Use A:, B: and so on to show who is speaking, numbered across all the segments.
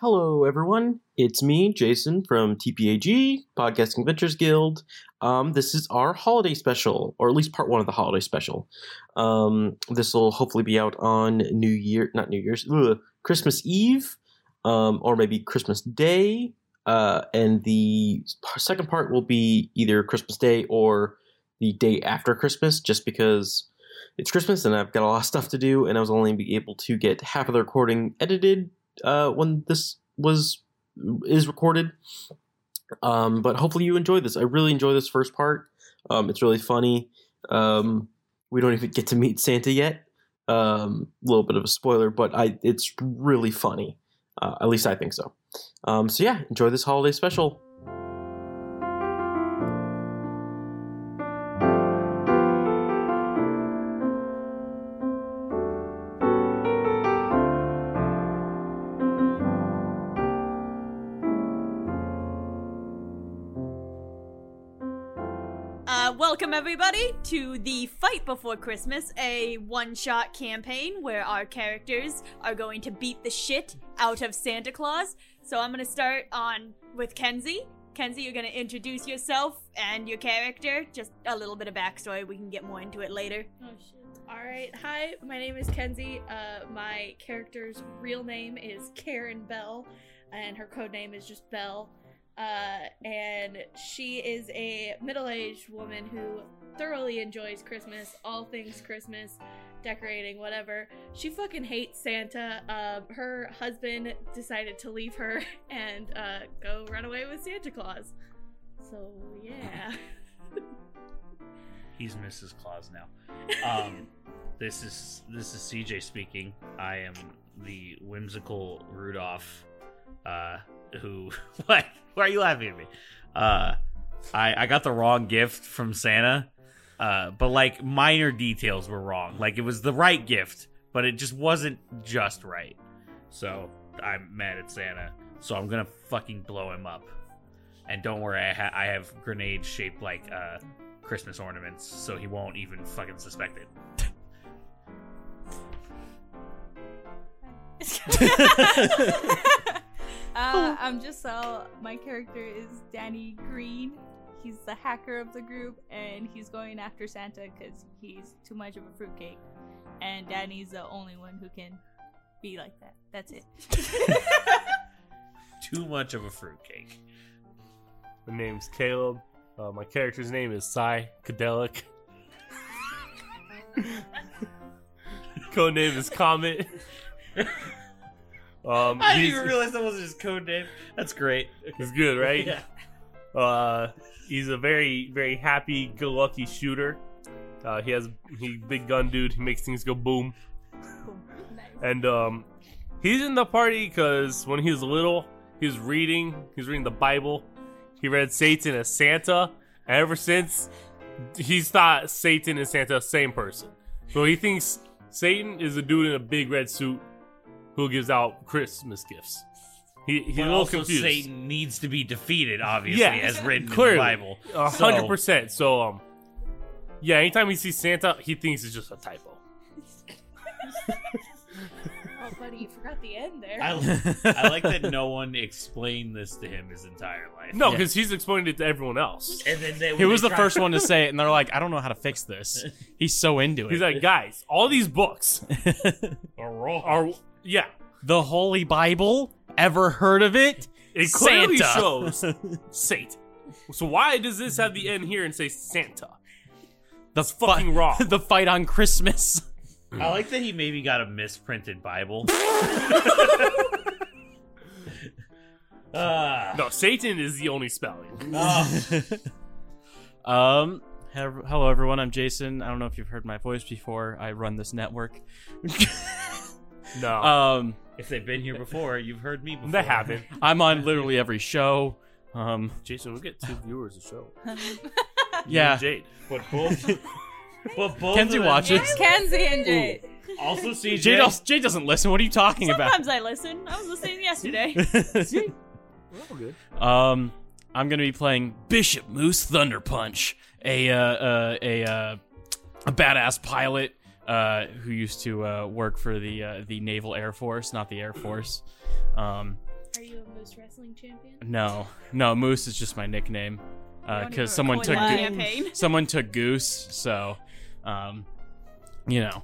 A: Hello, everyone. It's me, Jason from TPAG, Podcasting Ventures Guild. Um, this is our holiday special, or at least part one of the holiday special. Um, this will hopefully be out on New Year, not New Year's, ugh, Christmas Eve, um, or maybe Christmas Day. Uh, and the p- second part will be either Christmas Day or the day after Christmas, just because it's Christmas and I've got a lot of stuff to do, and I was only be able to get half of the recording edited uh, when this was is recorded. Um, but hopefully you enjoy this. I really enjoy this first part. Um, it's really funny. Um, we don't even get to meet Santa yet. A um, little bit of a spoiler, but I it's really funny. Uh, at least I think so. Um, so yeah, enjoy this holiday special.
B: Uh, welcome everybody to the Fight Before Christmas, a one-shot campaign where our characters are going to beat the shit out of Santa Claus. So I'm gonna start on with Kenzie. Kenzie, you're gonna introduce yourself and your character, just a little bit of backstory. We can get more into it later.
C: Oh shit. Alright, hi, my name is Kenzie. Uh, my character's real name is Karen Bell, and her code name is just Bell. Uh, and she is a middle aged woman who thoroughly enjoys Christmas, all things Christmas, decorating, whatever. She fucking hates Santa. Um, her husband decided to leave her and uh, go run away with Santa Claus. So, yeah.
D: He's Mrs. Claus now. Um, this is this is CJ speaking. I am the whimsical Rudolph. Uh, who? What? Why are you laughing at me? Uh, I I got the wrong gift from Santa. Uh, but like minor details were wrong. Like it was the right gift, but it just wasn't just right. So I'm mad at Santa. So I'm gonna fucking blow him up. And don't worry, I, ha- I have grenades shaped like uh, Christmas ornaments, so he won't even fucking suspect it.
E: Uh,
F: Uh, I'm Giselle. My character is Danny Green. He's the hacker of the group, and he's going after Santa because he's too much of a fruitcake. And Danny's the only one who can be like that. That's it.
D: Too much of a fruitcake.
G: My name's Caleb. Uh, my character's name is Cy Cadelic. Code name is Comet. Um,
D: I didn't
G: he's,
D: even realize that was his code name. That's great.
G: he's good, right?
D: Yeah.
G: Uh, he's a very, very happy, good-lucky shooter. Uh, he has he big gun dude. He makes things go boom. And um, he's in the party because when he was little, he was reading. He was reading the Bible. He read Satan as Santa. And ever since, he's thought Satan and Santa are the same person. So he thinks Satan is a dude in a big red suit who gives out Christmas gifts. He, he's
D: But
G: a little
D: also
G: confused.
D: Satan needs to be defeated, obviously,
G: Yeah,
D: as written
G: clearly.
D: in the Bible.
G: A hundred percent. So um, yeah. Anytime he sees Santa, he thinks it's just a typo.
C: Oh, buddy, you forgot the end there.
D: I, li- I like that no one explained this to him his entire life.
G: No, because he's explaining it to everyone else.
D: and then they,
E: He
D: when
E: was
D: they
E: the
D: tried-
E: first one to say it, and they're like, I don't know how to fix this. He's so into it.
G: He's like, guys, all these books
D: Are wrong.
G: are yeah.
E: the Holy Bible? Ever heard of it?
G: It clearly
E: Santa.
G: shows Satan. So why does this have the end here and say Santa?
E: The
G: It's
E: fi-
G: fucking wrong.
E: the fight on Christmas.
D: I like that he maybe got a misprinted Bible. Ah.
G: No, Satan is the only spelling.
D: Ah.
E: um, he- hello everyone. I'm Jason. I don't know if you've heard my voice before. I run this network.
G: No,
E: um,
D: if they've been here before, you've heard me before.
G: that happened.
E: I'm on literally every show. Um,
G: Jason, we get two viewers a show.
E: yeah,
G: Jade.
D: But both, but both
E: Kenzie
D: of them-
E: watches.
F: Kenzie and Jay.
D: Also, CJ.
E: Jay, does Jay doesn't listen. What are you talking about?
B: Sometimes I listen. I was listening yesterday.
E: um, I'm gonna be playing Bishop Moose Thunder Punch, a uh, uh, a uh, a badass pilot uh, who used to uh, work for the uh, the Naval Air Force, not the Air Force. Um,
C: Are you a Moose Wrestling champion?
E: no, no, Moose is just my nickname
F: don't
E: because
F: even
E: someone
F: record
E: took
F: that.
E: Goo-
B: Campaign.
E: someone took Goose, so um, you know,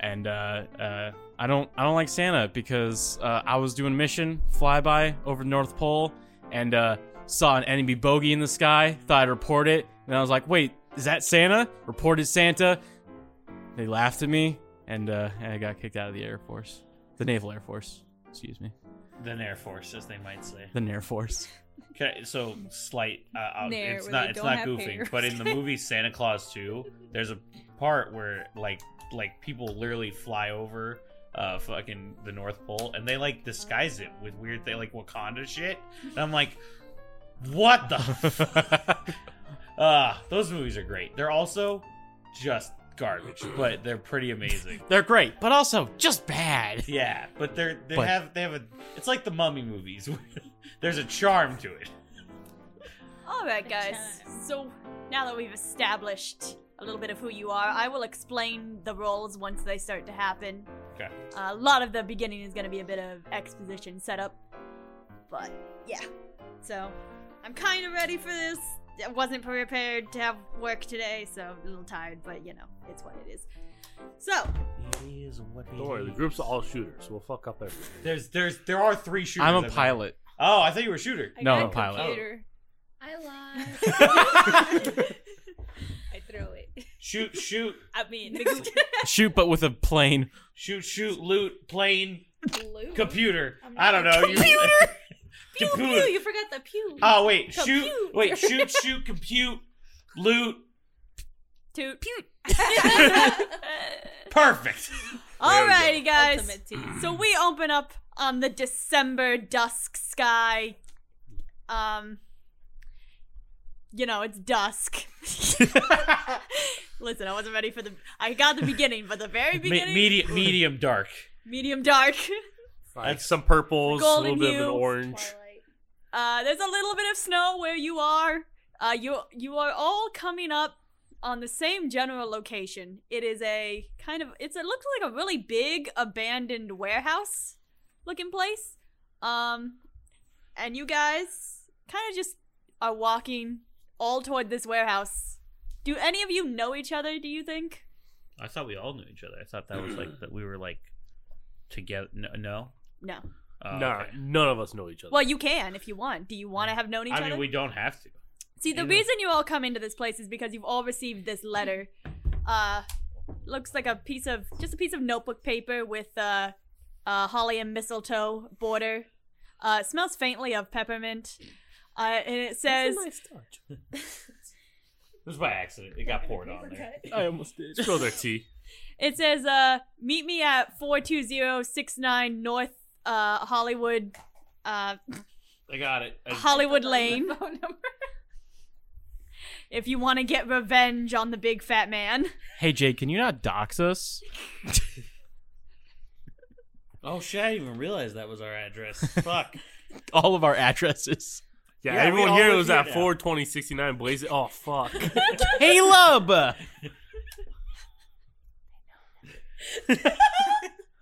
E: and uh, uh, I don't I don't like Santa because uh, I was doing a mission flyby over the North Pole and uh, saw an enemy bogey in the sky. Thought I'd report it, and I was like, wait, is that Santa? Reported Santa. They laughed at me, and, uh, and I got kicked out of the Air Force, the Naval Air Force. Excuse me,
D: Than Air Force, as they might say.
E: the Air Force.
D: Okay, so slight. Uh, uh,
F: Nair,
D: it's
F: where
D: not.
F: they
D: It's
F: don't
B: have
D: not goofing,
B: hairs.
D: but in the movie Santa Claus 2, there's a part where like like people literally fly over uh fucking the North Pole and they like disguise it with weird thing like Wakanda shit. And I'm like, what the? fuck? uh, those movies are great. They're also just garbage, but they're pretty amazing.
E: They're great, but also just bad.
D: Yeah, but they're they
E: But-
D: have they have a. It's like the Mummy movies. where there's a charm to it.
B: All right, guys. So now that we've established a little bit of who you are, I will explain the roles once they start to happen.
D: Okay.
B: A lot of the beginning is going to be a bit of exposition setup, but yeah. So I'm kind of ready for this. I wasn't prepared to have work today, so I'm a little tired, but you know, it's what it is. So,
D: It is what it
G: Don't worry, the
D: is.
G: group's all shooters. We'll fuck up everything.
D: There's there's there are three shooters.
E: I'm
D: I
E: a
D: think.
E: pilot.
D: Oh, I thought you were a shooter.
F: I
E: No,
F: got
E: I'm a pilot.
F: computer.
C: I lied.
F: I throw it.
D: Shoot, shoot,
F: I mean,
E: Shoot, but with a plane.
D: shoot, shoot, loot, plane,
C: Blue.
D: computer.
C: I'm
D: I don't know.
C: not-
D: You,
F: pew
D: Computer.
F: pew. You forgot the pew.
D: oh wait, shoot,
F: Computer.
D: wait, shoot, shoot, compute, loot.
B: toot.
D: Perfect.
B: Alrighty, guys.
F: Ultimate team.
B: So we open up on the December dusk sky. Um, you know, it's dusk. Listen, I wasn't ready for the. I got the beginning, but the very beginning,
D: medium, medium dark.
B: medium dark.
G: Like some purples, a little
B: Golden
G: bit of an
B: hue.
G: orange.
B: Uh, there's a little bit of snow where you are. Uh, you you are all coming up on the same general location. It is a kind of it's it looks like a really big abandoned warehouse looking place. Um, and you guys kind of just are walking all toward this warehouse. Do any of you know each other? Do you think?
D: I thought we all knew each other. I thought that was like that we were like together. No, no.
B: No.
D: Oh,
G: nah,
D: okay.
G: none of us know each other.
B: Well, you can if you want. Do you want to have known each
D: I
B: other?
D: mean, we don't have to.
B: See, the
D: Yeah.
B: reason you all come into this place is because you've all received this letter. Uh, looks like a piece of just a piece of notebook paper with uh, uh, holly and mistletoe border. Uh, it smells faintly of peppermint, uh, and it says,
D: It was by accident. It got poured on there.
G: I almost did. Spill their tea.
B: "It says, uh, meet me at four two zero six nine North uh, Hollywood, uh,
D: I got it. I-
B: Hollywood Lane,
F: Phone number.
B: if you want to get revenge on the big fat man."
E: Hey, Jade, can you not dox us?
D: Oh shit! I didn't even realize that was our address. Fuck.
E: All of our addresses.
G: Yeah,
D: Yeah, we
G: everyone
D: all
G: here
D: live
G: was
D: here
G: at
D: now.
G: 42069 Blaze. Oh, fuck.
E: Caleb!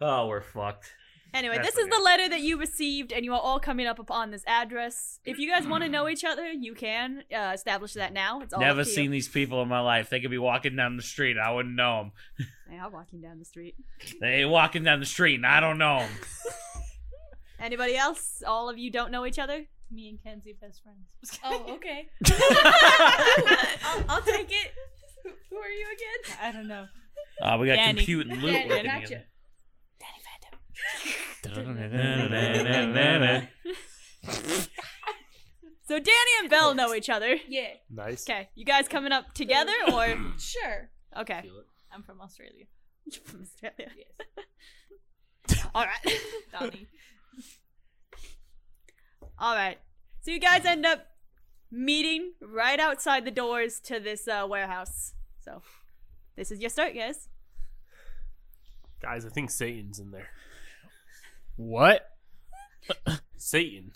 D: Oh, we're fucked.
B: Anyway,
D: That's
B: this is
D: okay.
B: the letter that you received, and you are all coming up upon this address. If you guys want to know each other, you can uh, establish that now. It's all
D: Never
B: up to you.
D: seen these people in my life. They could be walking down the street. and I wouldn't know them.
B: They are walking down the street.
D: They walking down the street and I don't know them.
B: Anybody else? All of you don't know each other?
F: Me and Kenzie best friends.
C: Oh, okay. I'll, I'll take it. Who, who are you again?
F: I don't know.
E: Ah,
D: Uh, we got
F: Danny.
D: compute and loot
C: Danny,
D: working
C: gotcha.
D: together.
B: So Danny and Belle know each other.
C: Yeah,
G: Nice.
B: Okay, you guys coming up together or
C: sure.
B: okay?
F: I'm from Australia.
B: You're from Australia.
F: Yes.
B: All right,
F: Donnie.
B: all right. So you guys end up meeting right outside the doors to this uh, warehouse. So this is your start, guys.
G: Guys, I think Satan's in there.
E: What?
G: Satan.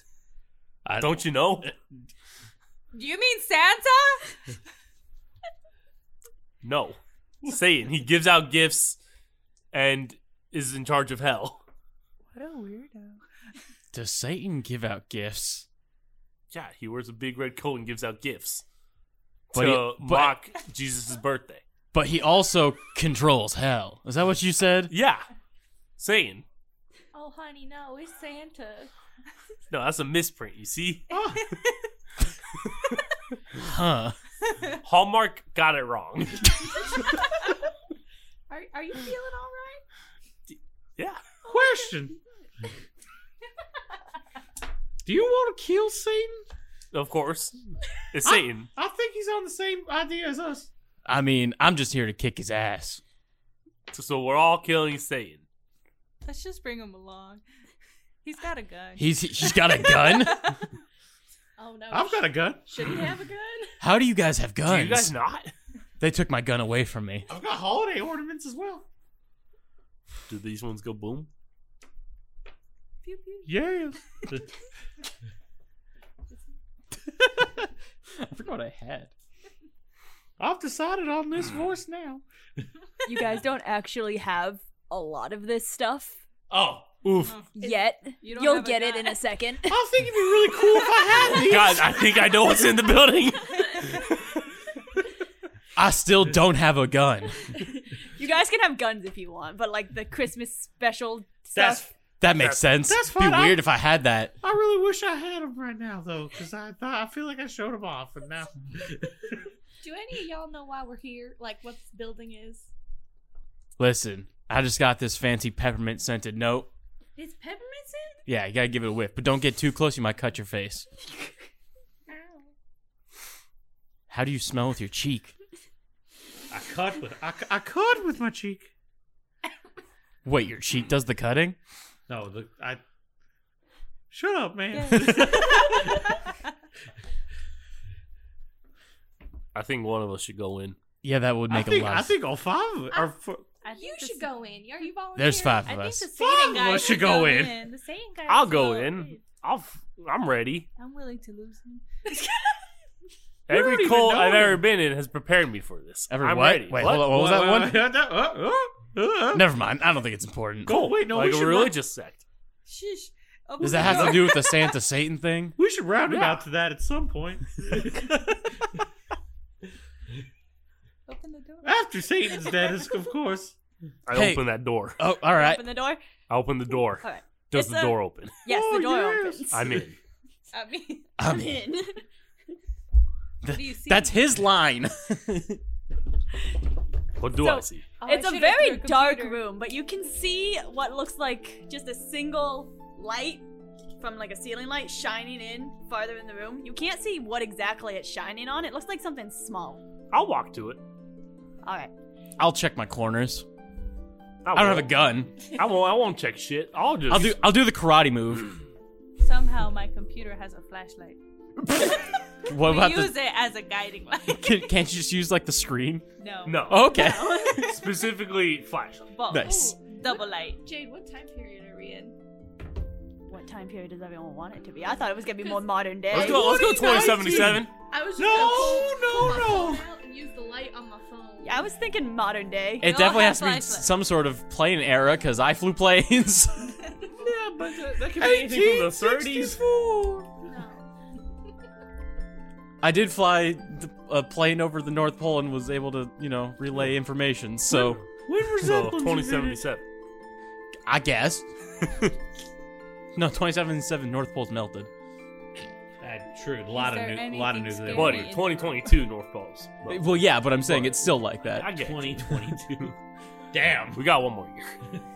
D: I
G: Don't you know?
F: Do you mean Santa?
G: No. Satan. He gives out gifts and is in charge of hell.
F: What a weirdo.
E: Does Satan give out gifts?
G: Yeah, he wears a big red coat and gives out gifts
E: But he-
G: to
E: but-
G: mock Jesus' birthday.
E: But he also controls hell. Is that what you said?
G: Yeah. Satan.
C: Oh, honey, no, it's Santa.
G: No, that's a misprint, you see?
E: Huh.
G: Hallmark got it wrong.
C: Are Are you feeling all Oh,
G: Yeah.
D: Question. Do you want to kill Satan?
G: Of course. It's Satan.
D: I think he's on the same idea as us.
E: I mean, I'm just here to kick his ass.
G: So we're all killing Satan.
F: Let's just bring him along. He's got a gun.
E: He's he's got a gun.
C: right? Oh no,
D: a gun.
C: should he have a gun?
E: How do you guys have guns?
G: Do you guys not?
E: They took my gun away from me.
D: I've got holiday ornaments as well.
G: Do these ones go boom?
F: Pew, pew.
D: Yeah.
E: I forgot what I had.
D: I've decided on this voice now.
B: You guys don't actually have a lot of this stuff
G: Oh. Oof.
B: yet.
F: You don't
B: You'll
F: have a
B: get it
F: gun.
B: in a second.
D: I think it'd be really cool if I had
G: God, I think I know what's in the building.
E: I still don't have a gun.
B: You guys can have guns if you want, but like the Christmas special stuff.
D: That's.
E: That makes sense.
D: that's
E: Be
D: fine, I-
E: weird if I had that.
D: I really wish I had them right now though, because I thought I feel like I showed them off, and now
C: Do any of y'all know why we're here? Like what this building is?
E: Listen, I just got this fancy peppermint scented note.
C: Is peppermint in?
E: Yeah, you gotta give it a whiff, but don't get too close. You might cut your face. How do you smell with your cheek?
D: I cut with I, I cut with my cheek.
E: Wait, your cheek does the cutting?
D: No, the I. Shut up, man.
G: I think one of us should go in.
E: Yeah, that would
D: I
E: make
D: think
E: a lot.
D: I
E: of
D: think all five of it. Are for,
F: I think
C: You
F: the-
C: should go in. Are you volunteering?
E: There's five
F: I
E: of
F: think
E: us.
F: the
D: Five
F: Satan
D: of
F: guy
D: us should go in.
F: The Satan guy.
G: I'll
F: should
G: go in. I'll. F- I'm ready.
F: I'm willing to lose him.
G: Every
D: don't even
G: cult
D: know
G: I've
D: him.
G: ever been in has prepared me for this.
E: Every
G: I'm
E: what?
G: ready.
E: Wait, hold on. What was that one?
D: uh, one?
E: Never mind. I don't think it's important.
D: Go uh, wait, no,
G: like
D: we
G: a
D: should round-
G: religious sect.
F: Sheesh. Oh,
E: Does that have to do with the Santa Satan thing?
D: we should round it
G: Yeah.
D: out to that at some point.
F: Open the door.
D: After Satan's dead, is- of course.
G: I
E: Hey.
G: open that door.
E: Oh, all right.
B: Open the door.
G: I open the door.
B: All right.
G: Does
B: It's
G: the
B: a-
G: door open?
B: Yes,
D: Oh,
B: the door
D: yes.
B: opens.
G: I'm in.
F: I mean,
E: I mean,
F: do you see?
E: that's his line.
G: What do
B: So-
G: I see?
F: Oh, I
B: it's a
F: should've
B: very
F: threw a
B: dark
F: computer.
B: room, but you can see what looks like just a single light from like a ceiling light shining in farther in the room. You can't see what exactly it's shining on. It looks like something small.
G: I'll walk to it.
B: All right.
E: I'll check my corners.
G: I,
E: I don't have a
G: won't.
E: gun.
G: I won't. I won't check shit. I'll just.
E: I'll do. I'll do the karate move.
F: Somehow my computer has a flashlight.
E: What
F: we
E: about
F: use
E: the?
F: it as a guiding light.
E: Can, can't you just use like the screen?
F: no.
G: No.
E: Okay.
G: Specifically, flashlight.
F: Bulb.
E: Nice.
F: Double light.
C: Jade, what time period are we in?
B: What time period does everyone want it to be? I thought it was gonna be more modern day.
G: Let's go. Let's go. Twenty seventy-seven.
C: I was just
D: No, no,
C: gonna pull- pull my
D: Oh, no.
C: phone out and can use the light on my phone.
B: I was thinking modern day.
E: It definitely has to be some sort of plane era because I flew planes.
G: Yeah, but that, that could be anything from the 30s.
E: I did fly th- a plane over the North Pole and was able to, you know, relay information. So
G: When was that? 2077.
E: I guess. no, 2077 North Pole's melted.
D: Uh, true. A lot
F: Is
D: of
F: there
D: new, lot of
F: anything
D: news.
F: scary?
G: Buddy, 2022 North Poles. But
E: Well, yeah, but I'm saying it's still like that.
G: I get it.
D: 2022. Damn.
G: We got one more year.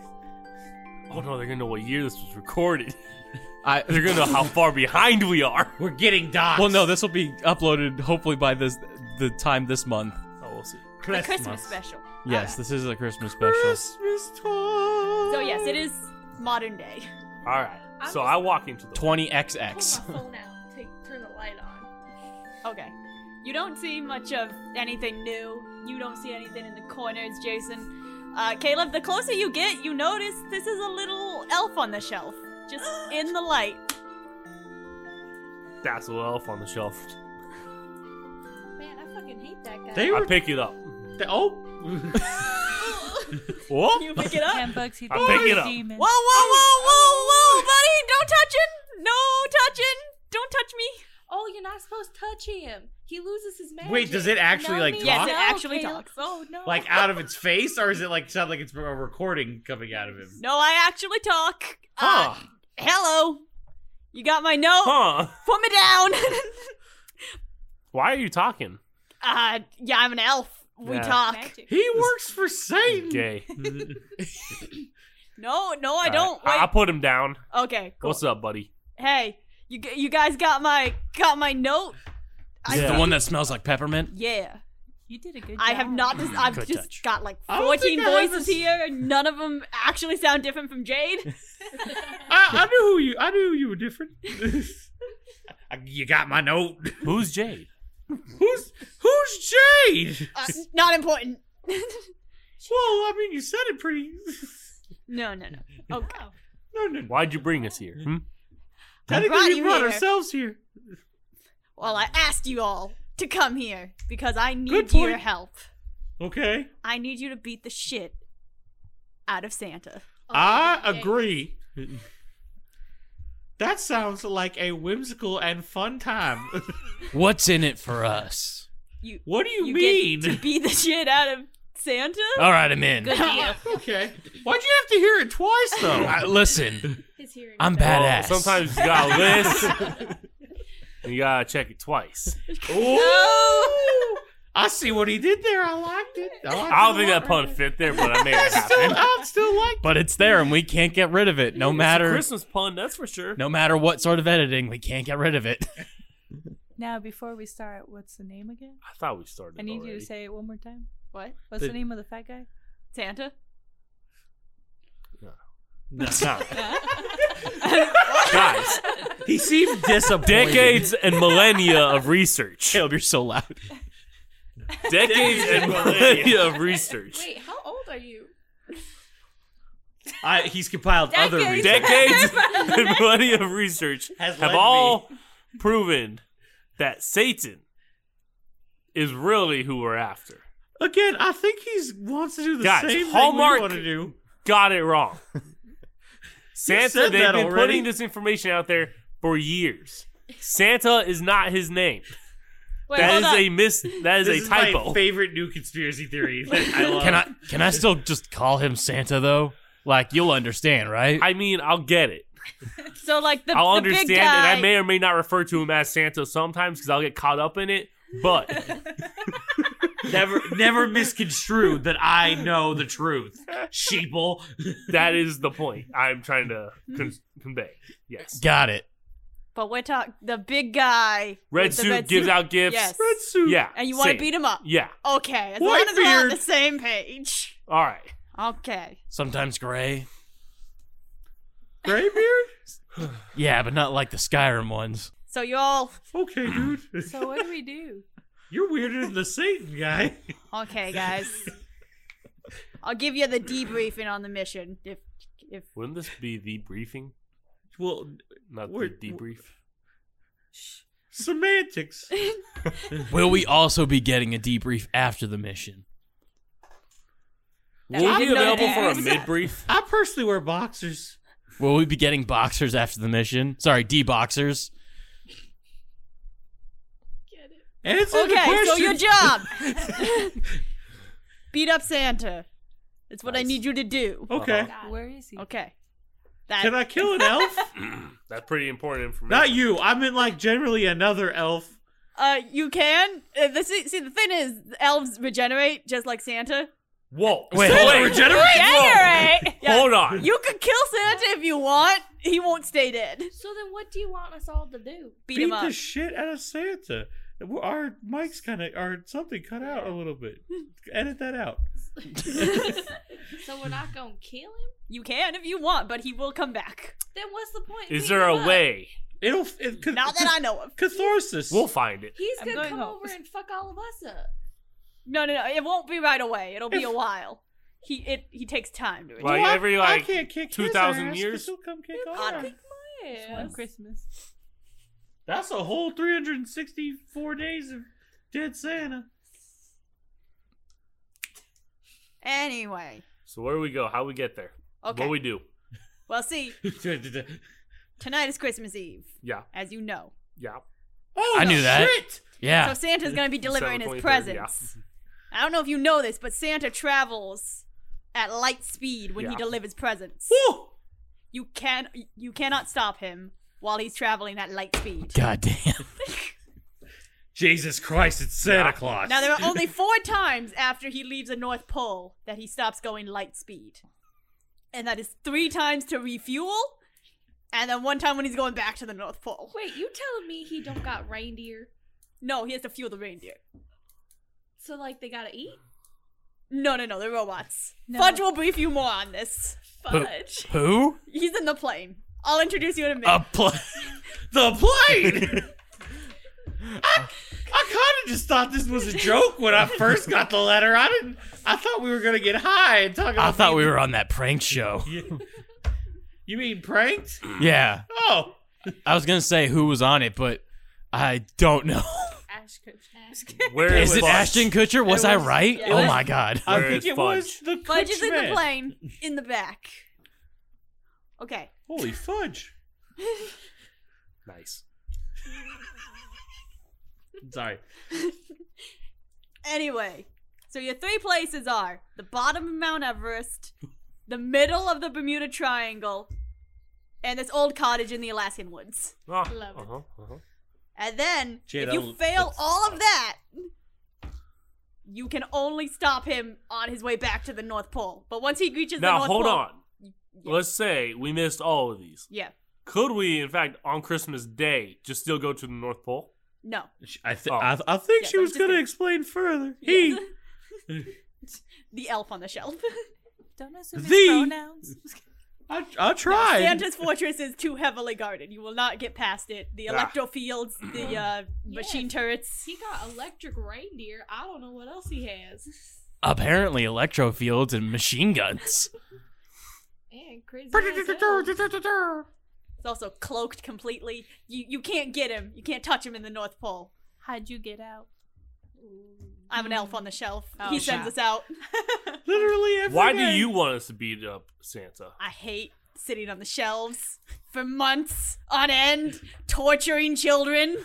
G: Oh no, they're gonna know what year this was recorded.
E: I
G: They're gonna know how far behind we are.
D: We're getting docs.
E: Well, no, this will be uploaded hopefully by this the time this month.
G: Oh, we'll see.
B: The Christmas special.
E: Yes, this is a Christmas special.
B: So yes, it is modern day.
G: All right.
C: I'm
G: so
C: just-
G: I walk into the
E: 20XX.
C: Pull my phone out. Take, turn the light on.
B: Okay. You don't see much of anything new. You don't see anything in the corners, Jason. Uh, Caleb, the closer you get, you notice this is a little elf on the shelf, just in the light.
G: That's a little elf on the shelf.
C: Man, I fucking hate that guy.
D: They
G: I
D: were.
G: pick it up.
D: oh.
G: Whoop.
B: You pick it up.
F: Ten bucks. He
G: I'm
F: thinks
G: picking
F: he's a
G: up.
F: demon.
B: Whoa, whoa, whoa, whoa, whoa, buddy! Don't touch it! No touching! Don't touch me!
C: Oh, you're not supposed to touch him. He loses his magic.
D: Wait, does it actually, like,
C: Numbing.
D: Yes,
B: it
C: No,
B: actually
C: Caleb.
B: talks.
C: Oh no.
D: like out of its face, or is it like sound like it's a recording coming out of him?
B: No, I actually talk.
D: Huh.
B: Uh, hello. You got my note.
G: Huh?
B: Put me down.
G: Why are you talking?
B: uh, yeah, I'm an elf. We
G: Yeah.
B: talk.
F: Magic.
D: He works for Satan.
G: Gay.
B: No, no,
G: All
B: I
G: right.
B: don't.
G: I, I
B: Wait.
G: put him down.
B: okay, cool.
G: What's up, buddy?
B: Hey, you g- you guys got my got my note?
E: Is it
G: Yeah.
E: the one that smells like peppermint?
B: Yeah.
F: You did a good job.
B: I have not. Dis- I've
E: Good
B: just
E: touch.
B: got like
D: I don't think
B: 14
D: I have
B: voices
D: a s-
B: here, and none of them actually sound different from Jade.
D: I, I knew who you. I knew you were different. I- you got my note.
G: Who's Jade?
D: Who's Who's Jade?
B: Uh, not important.
D: Well, I mean, you said it pretty.
B: No, no, no. Okay.
D: No, no, no.
G: Why'd you bring us here? Hmm?
B: brought
D: Technically, we
B: you
D: brought
B: here.
D: ourselves here.
B: Well, I asked you all to come here because I need
D: Good
B: your
D: point.
B: help.
D: Okay,
B: I need you to beat the shit out of Santa.
D: I agree. That sounds like a whimsical and fun time.
E: What's in it for us?
B: You.
D: what do you,
B: you
D: mean?
B: Get to beat the shit out of Santa?
E: All right, I'm in.
D: okay. Why'd you have to hear it twice though?
E: Uh, listen,
C: His hearing.
E: I'm
G: Well,
E: badass.
G: sometimes you gotta listen. and you gotta check it twice.
D: Ooh. I see what he did there. I liked it. I, liked
G: I
D: it
G: don't
D: a
G: think that
D: lot.
G: pun fit there, but I made it
D: I still,
G: happen.
D: I still like.
E: but it's there, and we can't get rid of it. No matter
G: Christmas pun, that's for sure.
E: no matter what sort of editing, we can't get rid of it.
F: Now, before we start, what's the name again?
G: I thought we started.
F: I need you
G: already.
F: to say it one more time.
B: What?
F: What's
G: The-
F: the name of the fat guy?
B: Santa?
D: No, no.
G: guys.
E: He seemed disappointed.
G: Decades and millennia of research.
E: Caleb, you're so loud.
G: Decades and millennia of research.
C: Wait, how old are you?
D: I, he's compiled other reasons.
G: Decades and millennia of research
D: Has led
G: have
D: me.
G: all proven that Satan is really who we're after.
D: Again, I think he wants to do the
G: Guys,
D: same
G: Hallmark-
D: thing we want to do.
G: Got it wrong.
D: said
G: Santa, they've
D: that
G: been
D: already.
G: putting this information out there for years. Santa is not his name.
B: Wait,
G: that
B: hold
G: is
B: on.
G: a mis. That is
D: This
G: a
D: is
G: typo.
D: my favorite new conspiracy theory. That I love.
E: Can I can I still just call him Santa though? Like you'll understand, right?
G: I mean, I'll get it.
B: So like the,
G: I'll
B: the
G: understand,
B: big
G: and
B: guy.
G: I may or may not refer to him as Santa sometimes because I'll get caught up in it. But
D: never, never misconstrue that I know the truth, sheeple.
G: that is the point I'm trying to con- convey. Yes,
E: Got it.
B: But we're talking the big guy.
G: red
B: with the
G: suit gives
B: suit.
G: out gifts.
B: Yes.
D: Red suit.
G: Yeah,
B: And you want to
G: same.
B: beat him up?
G: Yeah.
B: Okay, as long as we're on
D: Whitebeard.
B: the same page.
G: All right.
B: Okay.
E: Sometimes gray.
D: Graybeard.
E: Yeah, but not like the Skyrim ones.
B: So you all
D: Okay, dude.
F: So what do we do?
D: You're weirder than the Satan guy.
B: okay, guys? I'll give you the debriefing on the mission. If if
G: Wouldn't this be the briefing,
D: Well,
G: not
D: We're-
G: the debrief?
D: Semantics.
E: Will we also be getting a debrief after the mission?
D: Will we
G: We'll be
D: be
G: available for a
D: available
G: mid brief.
D: I personally wear boxers.
E: Will we be getting boxers after the mission? Sorry, D boxers.
D: Answer the
B: Okay,
D: question.
B: so your job. Beat up Santa. That's what I
G: Nice.
B: need you to do.
D: Okay.
F: Where is he?
B: Okay. That
D: Can I kill an elf?
G: That's pretty important information.
D: Not you. I meant like generally another elf.
B: uh you can. Uh, the, see, see the thing is elves regenerate just like Santa.
G: Whoa.
E: Wait,
G: Santa
E: wait.
G: regenerate?
B: Regenerate.
G: Whoa. Hold on.
B: You could kill Santa if you want. He won't stay dead.
H: So then, what do you want us all to do?
B: Beat, him up.
D: the shit out of Santa. Our mic's kind of, or something cut out a little bit.
B: Hmm.
D: Edit that out.
H: So we're not gonna kill him.
B: you can if you want, but he will come back.
H: Then what's the point? in
G: Is
H: beating
G: there a
H: him up?
G: way?
D: It'll. It, ca-
B: Not that I know of.
D: Catharsis.
G: We'll find it.
H: He's
F: I'm
H: gonna
F: going
H: come
F: home.
H: over and fuck all of us up.
B: No, no, no. It won't be right away. It'll be
D: If-
B: a while. He it he takes time to.
G: Like
B: regenerate.
D: Well, I-
G: every
D: I
G: like
D: can't kick his
G: two thousand
D: ass,
G: years.
D: but he'll come kick
B: I
D: ours.
B: don't-
F: One Christmas.
D: That's a whole 364 days of dead Santa.
B: Anyway.
G: So where do we go? How we get there?
B: Okay.
G: What we do?
B: Well, see, tonight is Christmas Eve,
G: Yeah,
B: as you know.
G: yeah.
D: oh,
E: I knew that.
D: Shit!
E: Yeah.
B: So Santa's going to be
G: December
B: delivering his
G: 23rd, yeah.
B: presents. I don't know if you know this, but Santa travels at light speed when he
G: Yeah.
B: delivers presents.
D: Woo!
B: You can you cannot stop him while he's traveling at light speed.
E: God damn.
D: Jesus Christ, it's Santa
G: Yeah.
D: Claus.
B: Now there are only four times after he leaves the North Pole that he stops going light speed, and that is three times to refuel, and then one time when he's going back to the North Pole.
H: Wait, you telling me he don't got reindeer?
B: No, he has to fuel the reindeer.
H: So like they gotta eat?
B: No, no, no, they're robots.
F: No.
B: Fudge will brief you more on this.
H: Fudge.
E: Who?
B: He's in the plane. I'll introduce you in a minute.
E: A pl-
D: the plane! I, I kind of just thought this was a joke when I first got the letter. I didn't. I thought we were gonna get high and talk. About
E: I thought we were on that prank show.
D: You mean pranked?
E: Yeah.
D: Oh,
E: I was going to say who was on it, but I don't know.
F: Ash Kutcher.
G: Where
E: Is
G: was
E: it
G: Fudge?
E: Ashton Kutcher? Was I right?
B: yeah.
E: Oh my god.
D: I
G: Where
D: think
G: is
D: it was the
B: Fudge is in the
D: Kutchman.
B: plane, in the back. Okay.
D: Holy fudge!
G: Nice.
D: Sorry.
B: Anyway, so your three places are the bottom of Mount Everest, the middle of the Bermuda Triangle, and this old cottage in the Alaskan woods.
G: Oh,
H: Love it.
G: uh-huh, uh-huh.
B: And then,
D: Gee,
B: if you
D: that'll-
B: fail
D: that's-
B: all of that, you can only stop him on his way back to the North Pole. But once he reaches the
G: Now
B: North
G: hold
B: Pole,
G: on. Let's say we missed all of these.
B: yeah,
G: Could we, in fact, on Christmas Day, just still go to the North Pole?
B: no,
D: I, th-
G: Oh.
D: I, I think
B: Yeah,
D: she
B: I'm
D: was
B: just
D: gonna
B: gonna-
D: explain further. He
B: the elf on the shelf.
F: Don't assume his
D: The-
F: pronouns.
D: I, I tried.
B: Santa's fortress is too heavily guarded. You will not get past it. The
G: Ah.
B: electro fields, the uh, machine
H: Yes.
B: turrets.
H: He got electric reindeer. I don't know what else he has.
E: Apparently electrofields and machine guns.
H: And crazy. ass elves.
B: It's also cloaked completely. You you can't get him. You can't touch him in the North Pole.
F: How'd you get out?
B: I'm an elf on the shelf.
F: Oh,
B: he sends
F: yeah.
B: us out.
D: Literally every
G: Why do
D: day.
G: you want us to beat up Santa?
B: I hate sitting on the shelves for months on end, torturing children.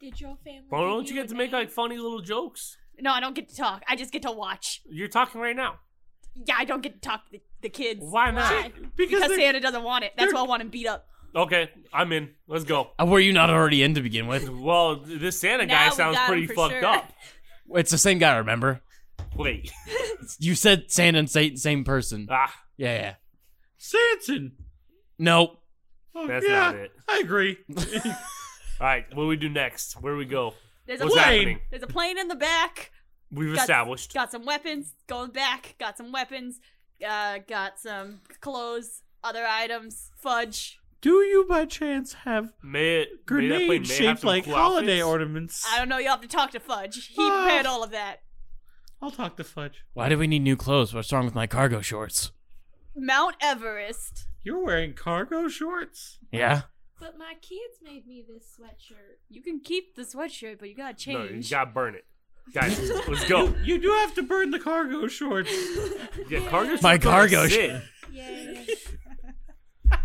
H: Did your family?
G: Why
H: give
G: don't you
H: a
G: get to make
H: name?
G: like funny little jokes?
B: No, I don't get to talk. I just get to watch.
G: You're talking right now.
B: Yeah, I don't get to talk to the, the kids.
G: Why not?
H: Why?
D: Because,
B: Because
D: they're-
B: Santa doesn't want it. That's
D: they're-
B: why I want him beat up.
G: Okay, I'm in. Let's go.
E: Uh, Were you not already in to begin with?
G: Well, this Santa
F: Now
G: guy
F: we
G: sounds
F: got him
G: pretty
F: for
G: fucked
F: sure.
G: up.
E: It's the same guy, remember?
G: Wait.
E: You said Santa and Satan, same person.
G: Ah,
E: Yeah, yeah.
D: Sanson.
E: Nope.
D: Oh,
G: That's
D: yeah,
G: not it.
D: I agree.
G: all right. What do we do next? Where do we go?
B: There's a
G: What's
B: plane.
G: happening?
B: There's a plane in the back.
G: We've
B: Got-
G: established.
B: Got some weapons. Going back. Got some weapons. Uh, got some clothes. Other items. Fudge.
D: Do you by chance have
G: May it, may that plane may have
D: grenades shaped
G: some
D: like
G: cool
D: holiday
G: outfits?
D: ornaments?
B: I don't know. You will have to talk to Fudge. He prepared all of that.
D: I'll talk to Fudge.
E: Why do we need new clothes? What's wrong with my cargo shorts?
B: Mount Everest.
D: You're wearing cargo shorts?
E: Yeah.
H: But my kids made me this sweatshirt.
B: You can keep the sweatshirt, but you gotta change.
G: No, you gotta burn it. Guys, let's go.
D: You do have to burn the cargo shorts.
G: Yeah, cargo
E: My
G: shorts are
E: cargo
G: sick.
E: shorts.
H: Yay.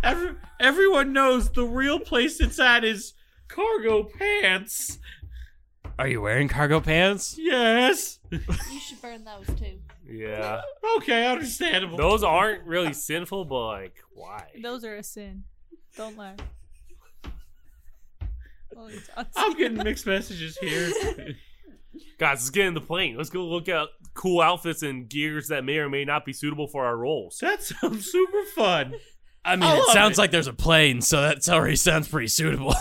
D: Every, everyone knows the real place it's at is cargo pants.
E: Are you wearing cargo pants?
D: Yes.
H: you should burn those too.
G: Yeah.
D: Okay, understandable.
G: Those aren't really sinful, but like, why?
F: Those are a sin. Don't lie.
B: Oh,
F: Only talks-
D: I'm getting mixed messages here.
G: Guys, let's get in the plane. Let's go look at cool outfits and gears that may or may not be suitable for our roles.
D: that sounds super fun.
E: I mean,
D: I
E: it
D: love
E: sounds
D: it.
E: like there's a plane, so that already sounds pretty suitable.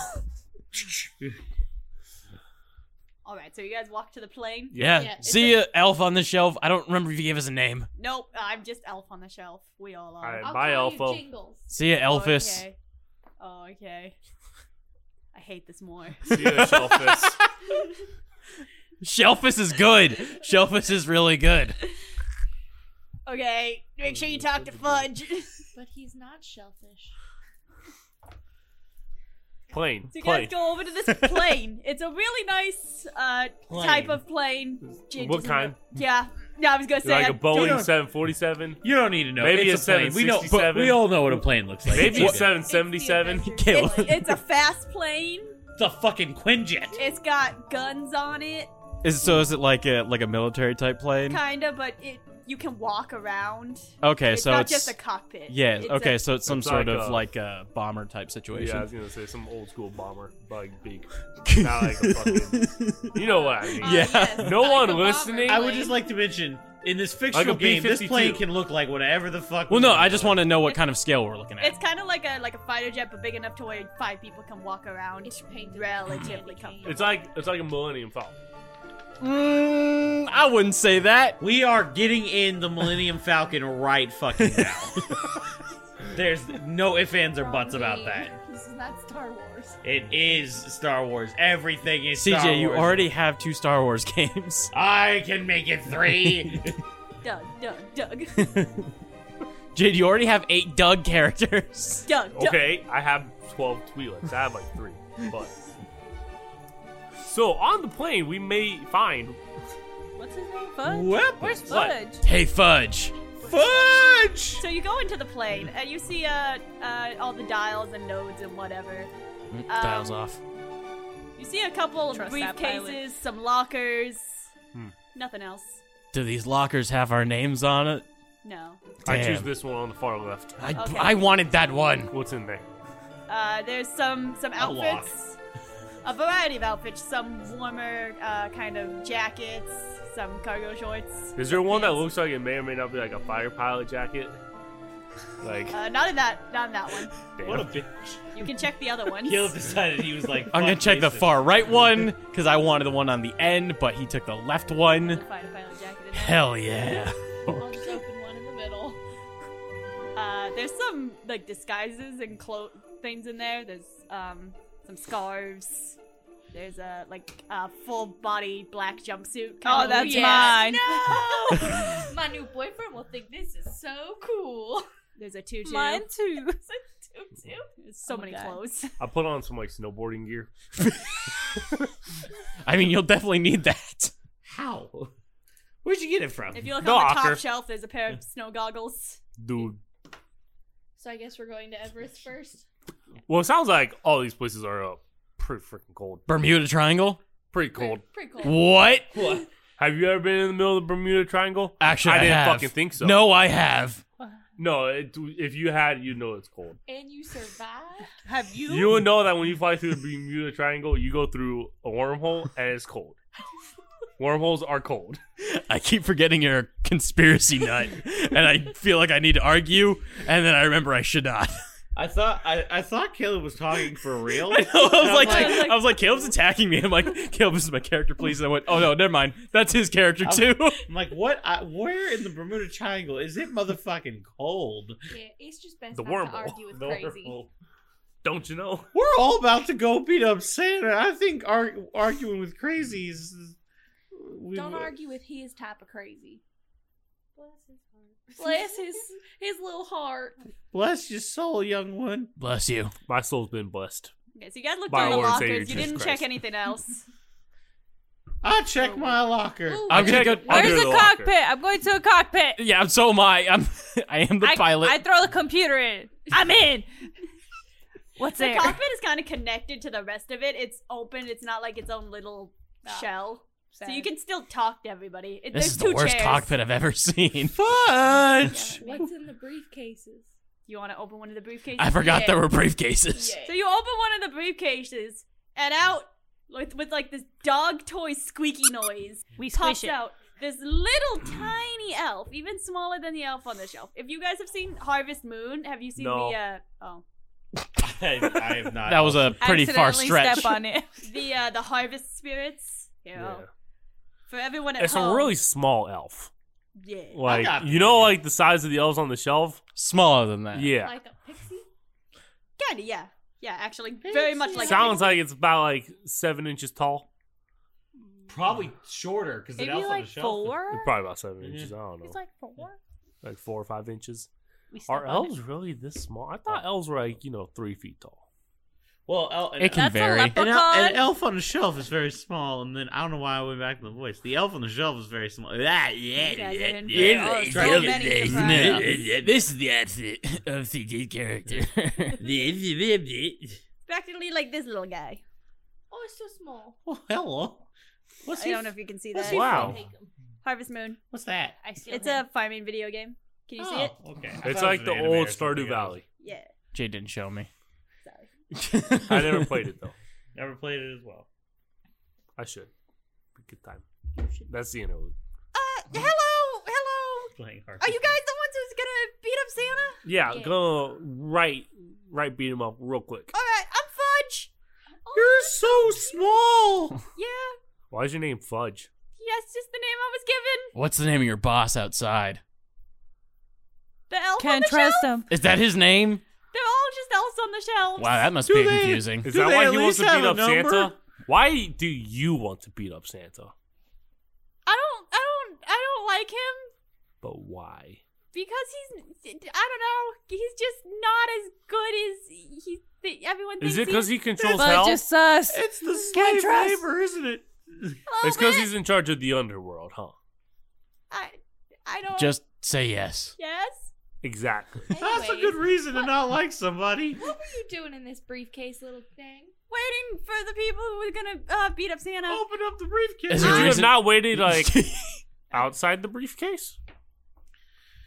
B: All right, so you guys walk to the plane.
E: yeah.
H: Yeah, it's
E: See ya, elf on the shelf. I don't remember if you gave us a name.
B: Nope, I'm just elf on the shelf. We all are.
G: Alright.
H: I'll
G: Bye,
H: call you
G: Alpha.
H: Jingles.
E: See ya, Elphus.
B: Okay. Oh, okay. I hate this more.
G: See you, Shelfus.
E: Shelfus is good. Shelfus is really good.
B: Okay, make sure you talk to Fudge.
H: But he's not shellfish.
G: Plane.
B: So you guys
G: Plane.
B: go over to this plane. It's a really nice uh, type of plane. Jin
G: What
B: doesn't
G: kind?
B: know- Yeah. No, I was gonna say
G: Like a
B: I don't-
G: Boeing 747.
I: You don't need to know.
G: Maybe
I: it's
G: a
I: plane. We know, but
G: 767.
I: we all know what a plane looks like.
G: Maybe a
I: it's, a-
G: 777.
H: It's the
B: It's,
H: adventure plane.
B: it's a fast plane.
I: it's a fucking Quinjet.
B: It's got guns on it,
E: Is so? Is it like a like a military type plane?
B: kinda, but it you can walk around.
E: Okay,
B: it's
E: so
B: not
E: it's
B: just a cockpit.
E: yeah.
B: It's
E: Okay,
B: a-
E: so it's some
G: It's
E: sort
G: like
E: of
G: a-
E: like a bomber type
G: Yeah, I
E: situation.
G: was gonna say some old school bomber, like big, not like a fucking. You know what I mean?
H: Uh,
E: Yeah.
H: yes,
G: No
H: like
G: one
H: a bomber
G: listening?
I: I would
H: plane.
I: just like to mention in this fictional
G: Like a
I: game, this
G: B-52.
I: plane can look like whatever the fuck.
E: Well,
I: we
E: no,
I: want.
E: I just want to know what kind of scale we're looking at.
B: It's kind of like a like a fighter jet, but big enough to where five people can walk around.
H: It's painted
B: relatively
H: candy cane.
B: comfortable.
G: It's like it's like a Millennium Falcon.
E: Mm, I wouldn't say that.
I: We are getting in the Millennium Falcon right fucking now. There's no ifs, ands, or buts about that.
F: This is not Star Wars.
I: It is Star Wars. Everything is
E: CJ,
I: Star
E: you
I: Wars.
E: already have two Star Wars games.
I: I can make it three.
B: Doug, Doug, Doug,
E: Jade, you already have eight Doug characters.
B: Doug. Doug.
G: Okay, I have 12 Twi'leks. I have like three, but. So on the plane, we may find
F: What's his name? Fudge?
G: Where's
F: Fudge.
E: Hey, Fudge.
G: Fudge.
B: So you go into the plane and you see uh, uh, all the dials and nodes and whatever.
E: Mm, Dials
B: Um,
E: off.
B: You see a couple of
F: Trust that
B: briefcases,
F: pilot.
B: some lockers,
I: Hmm.
B: nothing else.
E: Do these lockers have our names on it?
B: No.
G: I choose
E: Damn.
G: this one on the far left.
E: I,
B: Okay.
E: I wanted that one.
G: What's in there?
B: Uh, there's some some
I: A lock.
B: outfits, a variety of outfits. Some warmer uh, kind of jackets, some cargo shorts.
G: Is there one that
B: pants.
G: looks like it may or may not be like a fire pilot jacket? Like,
B: Uh, not in that, not in that one.
G: damn.
I: what a bitch.
B: You can check the other ones.
I: Caleb decided he was like.
E: I'm gonna
I: "Fuck
E: check the
I: Jason."
E: far right one because I wanted the one on the end, but he took the left one.
B: Find a pilot jacket. in there.
E: Hell yeah.
H: I'll just open one in the middle.
B: Uh, there's some like disguises and clo- things in there. There's um some scarves. There's a like a full body black jumpsuit. kinda
F: Oh, that's
B: look.
H: yeah.
F: mine.
H: No! my new boyfriend will think this is so cool.
B: There's a tutu.
F: Mine too.
H: It's like toot toot.
B: There's so
F: Oh my
B: many
F: God.
B: clothes.
G: I put on some like snowboarding gear.
E: I mean, you'll definitely need that.
I: How? Where'd you get it from?
B: If you look
G: No,
B: on the
G: Ocker.
B: top shelf, there's a pair of snow goggles.
G: Dude.
H: So I guess we're going to Everest first.
G: Well, it sounds like all these places are uh, pretty freaking cold.
E: Bermuda Triangle?
G: Pretty cold.
H: Pretty cool.
E: What?
G: Have you ever been in the middle of the Bermuda Triangle?
E: Actually, I,
G: didn't
E: have.
G: fucking think so.
E: No, I have.
G: No, it, if you had, you know it's cold.
H: And you survived.
F: Have you?
G: You would know that when you fly through the Bermuda Triangle, you go through a wormhole and it's cold. Wormholes are cold.
E: I keep forgetting you're a conspiracy nut, and I feel like I need to argue, and then I remember I should not.
I: I thought I, I thought Caleb was talking for real.
E: I, know, I was
I: I'm
E: like,
I: like-
E: I was like, Caleb's attacking me. I'm like, Caleb, this is my character, please. And I went, oh no, never mind. That's his character too.
I: I'm like, what? I, where in the Bermuda Triangle is it motherfucking cold?
H: Yeah, it's just best
G: The
H: not to
G: wormhole.
H: argue with
I: The
H: crazy.
I: wormhole.
G: Don't you know?
I: We're all about to go beat up Santa. I think ar- arguing with crazies. is- we-
H: Don't argue with his type of crazy. Bless his heart.
C: Bless his his little heart.
I: Bless your soul, young one.
E: Bless you.
G: My soul's been blessed.
B: Okay, so you guys looked
G: By
B: through the
G: our Lord and
B: lockers.
G: Savior
B: You
G: Jesus
B: didn't
G: Christ.
B: check anything else.
I: I check my locker.
E: I'm gonna go.
F: Where's the, cockpit? I'm going to a cockpit.
E: Yeah, I'm so am I. I'm, I am the
F: I,
E: pilot.
F: I throw the computer in. I'm in. What's
B: The
F: there?
B: cockpit is kind of connected to the rest of it. It's open. It's not like its own little
F: Ah.
B: shell, so you can still talk to everybody. It,
E: this
B: there's
E: is
B: two
E: the worst
B: chairs.
E: cockpit I've ever seen.
I: Fudge!
C: What's in the briefcases?
B: You want to open one of the briefcases?
E: I forgot there were briefcases.
B: So you open one of the briefcases, and out with, with like this dog toy squeaky noise
F: We
B: pops
F: squish it.
B: out this little tiny elf, even smaller than the elf on the shelf. If you guys have seen Harvest Moon, have you seen
E: No.
B: the uh, oh
I: I, I have not.
E: That was a pretty far
F: Accidentally
E: stretch.
F: step on it.
H: Oh,
B: the uh, the Harvest spirits? You know, For everyone at
G: It's
B: home,
G: a really small elf.
B: yeah.
G: Like you know, like the size of the elves on the shelf.
E: Smaller than that.
G: Yeah.
B: Like a pixie? Uh, Kinda, yeah. Yeah, actually, very much like
G: Sounds like it's about like seven inches tall.
I: Probably shorter because it
F: Maybe
I: elf on
F: like
I: the shelf. is-
F: four.
G: Probably about 7
E: Mm-hmm.
G: inches. I don't know.
F: It's like four.
G: like four or five inches.
F: We step
G: Are
F: on
G: elves really this small? I thought elves were like you know three feet tall.
I: Well, el-
E: It can That's a vary.
I: An, el-
E: leprechaun.
I: an elf on the shelf is very small, and then I don't know why I went back to the voice. The elf on the shelf is very small. Ah, yeah,
B: You
I: yeah,
B: guys are
I: yeah,
B: in for
I: yeah,
B: all
I: yeah,
B: so
I: yeah,
B: many
I: yeah,
B: surprises.
I: yeah, yeah, This is the outfit of CJ's character.
B: practically like this little guy.
C: Oh, it's so small.
I: well, hello. What's
B: I
I: your
B: don't know
I: f-
B: if you can see
I: what's
B: that.
I: your Wow.
B: Harvest Moon.
I: What's that? Oh,
F: I see.
B: It's a farming video game. Can you see it?
I: Okay. I
G: It's
I: thought
G: like
I: it was
G: the
I: an anime or
G: old
I: something
G: Stardew
I: else.
G: Valley.
B: Yeah.
E: Jay didn't show me.
B: Sorry.
G: I never played it though.
I: Never played it as well.
G: I should. Be Good time. That's the interlude.
B: Uh, hello, hello.
I: Playing hard.
B: Are you guys the ones who's gonna beat up Santa?
G: Yeah, go right, right. Beat him up real quick.
B: All right, I'm Fudge. Oh.
I: You're so small.
B: Yeah,
G: Why is your name Fudge?
B: yeah, it's just the name I was given.
E: What's the name of your boss outside?
B: The elf on
F: Can't
B: the
F: trust
B: shelf.
F: them.
E: Is that his name?
B: They're all just elves on the shelves.
E: Wow, that must
I: Do
E: be
I: they-
E: confusing.
G: Is
I: Do
G: that
I: they
G: why
I: at
G: he wants to
I: least have
G: beat
I: a
G: up
I: number?
G: Santa? Why do you want to beat up Santa?
B: I don't, I don't, I don't like him
G: But why?
B: because he's, I don't know, he's just not as good as he. Th- everyone thinks
G: Is it
B: he
G: because he controls
F: But
G: hell?
F: just us.
I: It's the
F: Can't
I: slave
F: trust.
I: labor, isn't it?
G: It's because he's in charge of the underworld, huh?
B: I, I don't.
E: Just say yes.
B: yes.
G: Exactly.
I: That's a good reason to not like somebody.
H: What were you doing in this briefcase, little thing?
B: Waiting for the people who are gonna uh, beat up Santa.
I: Open up the
E: Is
I: briefcase.
E: there a
G: Would you have
E: reason-
G: not waited like outside the briefcase?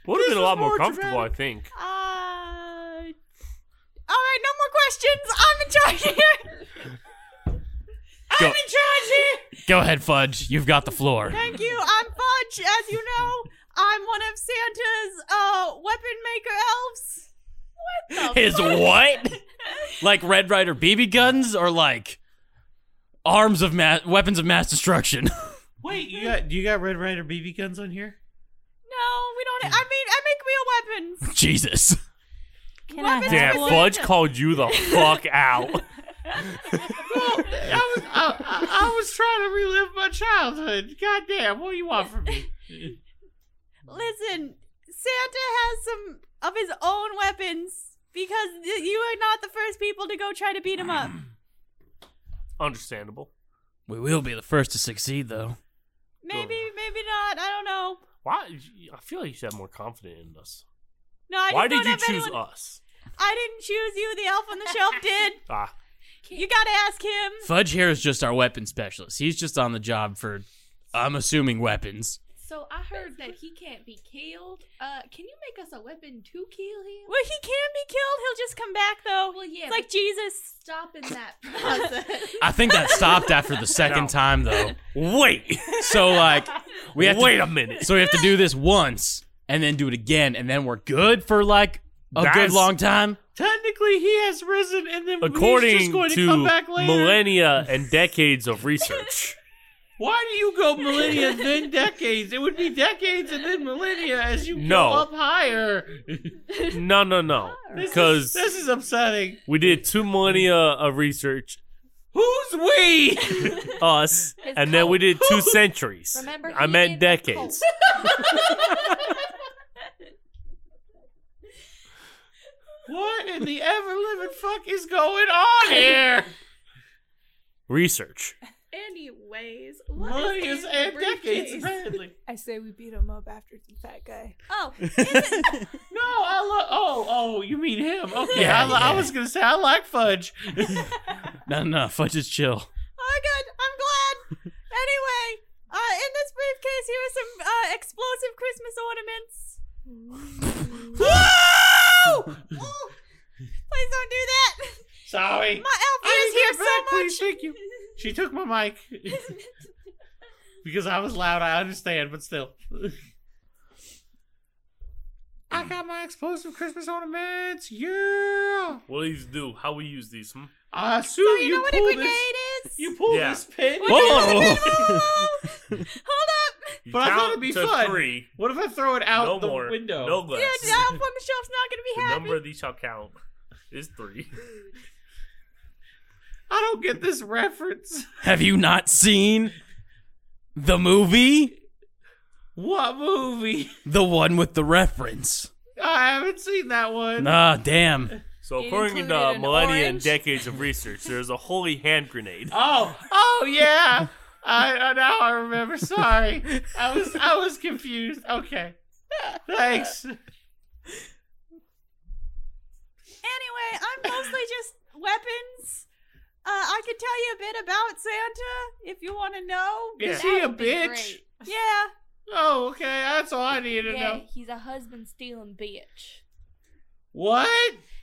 G: Would have
I: This
G: been a
I: is
G: lot more
I: more
G: comfortable, I
I: dramatic.
G: think.
B: Uh, all right, no more questions. I'm in charge here.
E: Go.
B: I'm in charge here.
E: Go ahead, Fudge. You've got the floor.
B: Thank you. I'm Fudge, as you know. I'm one of Santa's uh weapon maker elves. What
E: His what? Like Red Rider BB guns or like arms of mass weapons of mass destruction?
I: Wait, you got you got Red Rider BB guns on here?
B: No, we don't. I mean, I make real weapons.
E: Jesus.
F: Can I
B: Weapons
G: Damn,
B: for
G: Fudge
B: Santa.
G: called you the fuck out.
I: I was I, I, I was trying to relive my childhood. Goddamn, what do you want from me?
B: Listen, Santa has some of his own weapons because th- you are not the first people to go try to beat him up.
G: Understandable.
E: We will be the first to succeed, though.
B: Maybe, maybe not. I don't know.
G: Why? I feel like you should have more confidence in us.
B: No, I
G: Why
B: just
G: did
B: don't
G: you
B: have
G: choose
B: anyone-
G: us?
B: I didn't choose you. The elf on the shelf did.
G: Ah,
B: You gotta ask him.
E: Fudge here is just our weapon specialist. He's just on the job for, I'm assuming, weapons.
H: So I heard that he can't be killed. Uh, can you make us a weapon to kill him?
B: Well, he can be killed. He'll just come back though.
H: Well, yeah,
B: It's like Jesus.
H: Stopping that process.
E: I think that stopped after the second
G: No.
E: time, though.
G: wait,
E: So, like, we have
G: wait
E: to,
G: a minute.
E: So we have to do this once and then do it again, and then we're good for like a good
G: That's-
E: long time.
I: Technically, he has risen, and then he's just
G: According
I: going
G: to,
I: to, come back later.
G: millennia and decades of research,
I: Why do you go millennia then decades? It would be decades and then millennia as you
G: No.
I: go up higher.
G: no, no, no,
I: This is-
G: because
I: this is upsetting.
G: we did two millennia of research,
I: Who's we?
G: us,
H: His
G: and then we
H: cult.
G: did two centuries.
H: Remember,
G: I
H: he
G: meant
H: did the
G: decades.
H: cult.
I: What in the ever living fuck is going on here?
G: Research.
J: Anyways,
I: Money is
J: in
I: and
J: the
I: decades,
J: briefcase?
I: apparently.
F: I say we beat him up after the fat guy.
H: Oh,
I: No, I love. Oh, oh, you mean him? Okay,
E: Yeah,
I: I, li- I
E: yeah.
I: was gonna say I like fudge.
E: No, no, fudge is chill.
H: Oh, good. I'm glad. anyway, uh, in this briefcase here are some uh, explosive Christmas ornaments. Woo! Oh, please don't do that.
I: Sorry.
H: My outfit
I: I
H: is
I: didn't
H: here
I: get
H: so
I: back,
H: much.
I: please, thank you. She took my mic because I was loud. I understand, but still. I got my explosive Christmas ornaments. Yeah.
G: What do these do? How we use these? Hmm?
I: I assume
H: So you,
I: you,
H: know what a
I: pull
H: grenade
I: this.
H: is?
I: You pull
G: Yeah.
I: this pin.
G: Whoa!
H: Hold up.
G: You
I: But I
G: count
I: thought it'd be
G: to
I: fun.
G: three.
I: What if I throw it out
G: no
I: the
G: more.
I: window?
G: No glass.
H: Dude, the Alpha shop's not going to be
G: the
H: happy.
G: number of these shall count is three.
I: I don't get this reference.
E: Have you not seen the movie?
I: What movie?
E: The one with the reference.
I: I haven't seen that one.
E: Ah, damn.
G: So
F: It
G: according
F: included
G: to
F: an
G: millennia and
F: orange.
G: decades of research, there's a holy hand grenade.
I: Oh, oh yeah. I, I now I remember. Sorry, I was I was confused. Okay, thanks.
H: Anyway, I'm mostly just weapons. Uh, I could tell you a bit about Santa if you want to know.
C: That
I: Is he a
C: would be
I: bitch?
C: great.
H: Yeah.
I: Oh, okay. That's all I needed to
C: Yeah,
I: know.
C: he's a husband stealing bitch.
I: What?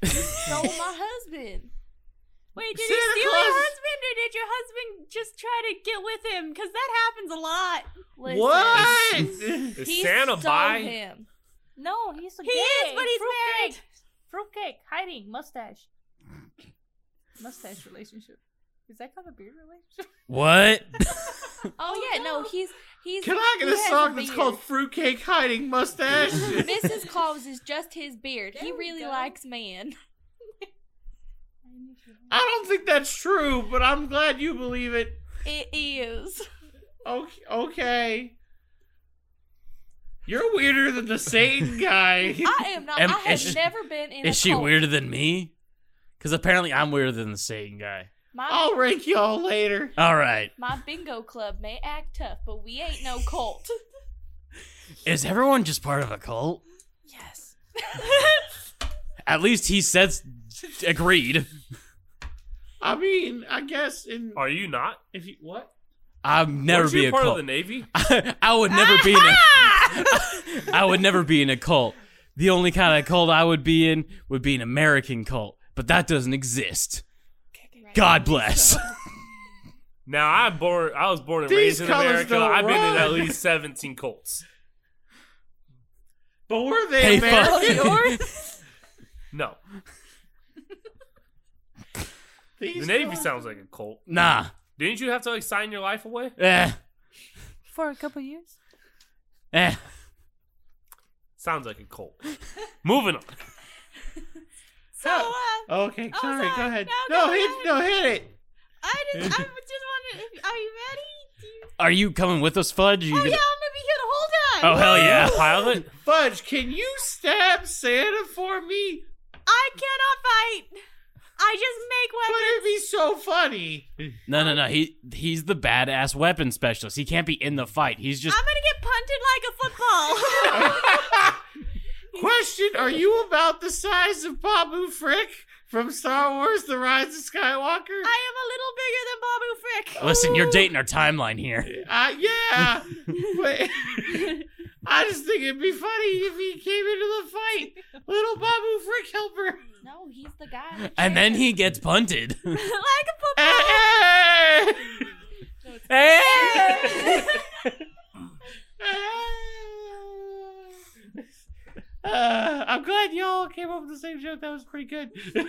C: Stole my husband.
H: Wait, did
I: Santa
H: he steal your
I: Claus-
H: husband, or did your husband just try to get with him? Because that happens a lot.
C: Listen,
I: What?
G: Is
C: He
G: Santa
C: stole
G: bi?
C: him. No, he's a
H: He is, but he's married.
F: Fruitcake, hiding, mustache. Mustache relationship. Is that called a beard relationship?
E: What?
C: Oh yeah, no, he's he's.
I: Can I get
C: he
I: a
C: has
I: song that's
C: beard.
I: called "Fruitcake Hiding Mustache"?
C: Mrs. Claus is just his beard. he
F: There we
C: really
F: go.
C: likes man.
I: I don't think that's true, but I'm glad you believe it.
C: It is.
I: Okay. okay. You're weirder than the Satan guy.
C: I am not.
E: Am-
C: I have
E: is she-
C: never been in. a
E: Is she
C: cult.
E: weirder than me? Because apparently I'm weirder than the Satan guy.
C: My
I: I'll rank y'all later.
E: All right.
C: my bingo club may act tough, but we ain't no cult.
E: Is everyone just part of a cult?
C: yes.
E: At least he says agreed.
I: I mean, I guess in
G: Are you not?
I: if you what?
E: I'd never
G: Weren't
E: be
G: you
E: a
G: part
E: cult.
G: of the Navy?
E: I, would never be in a, I would never be in a cult. The only kind of cult I would be in would be an American cult, but that doesn't exist. God bless.
G: Now I'm born. I was born and
I: These
G: raised in
I: colors
G: America.
I: don't
G: I've been in at
I: run.
G: least seventeen cults.
I: But were they
E: Hey, fuck.
I: American?
G: No, the
I: These
G: Navy
I: colors-
G: sounds like a cult.
E: Nah.
G: Didn't you have to like sign your life away?
E: Eh.
F: For a couple years.
E: Eh.
G: Sounds like a cult. Moving on.
H: So uh,
I: Okay,
H: Oh,
I: sorry. Go
H: sorry.
I: ahead.
H: No,
I: No,
H: go
I: hit,
H: ahead.
I: no, hit it.
H: I just, I just wanted. If, are you ready? Do you,
E: Are you coming with us, Fudge? You
H: oh
E: gonna-
H: yeah, I'm gonna be here the whole time.
E: Oh, hell yeah.
G: Pilot.
I: Fudge, can you stab Santa for me?
H: I cannot fight. I just make
I: But
H: weapons.
I: it'd be so funny.
E: No, no, no. He he's the badass weapon specialist. He can't be in the fight. He's just
H: I'm gonna get punted like a football.
I: Question: Are you about the size of Babu Frick from Star Wars: The Rise of Skywalker?
H: I am a little bigger than Babu Frick.
E: listen. You're dating our timeline here.
I: Uh, yeah, but I just think it'd be funny if he came into the fight. Little Babu Frick helper.
C: No, he's the guy. in the
E: And then
C: chair.
E: he gets punted.
H: like a football.
I: Hey!
E: hey!
I: Uh, I'm glad y'all came up with the same joke. That was pretty good.
H: Um,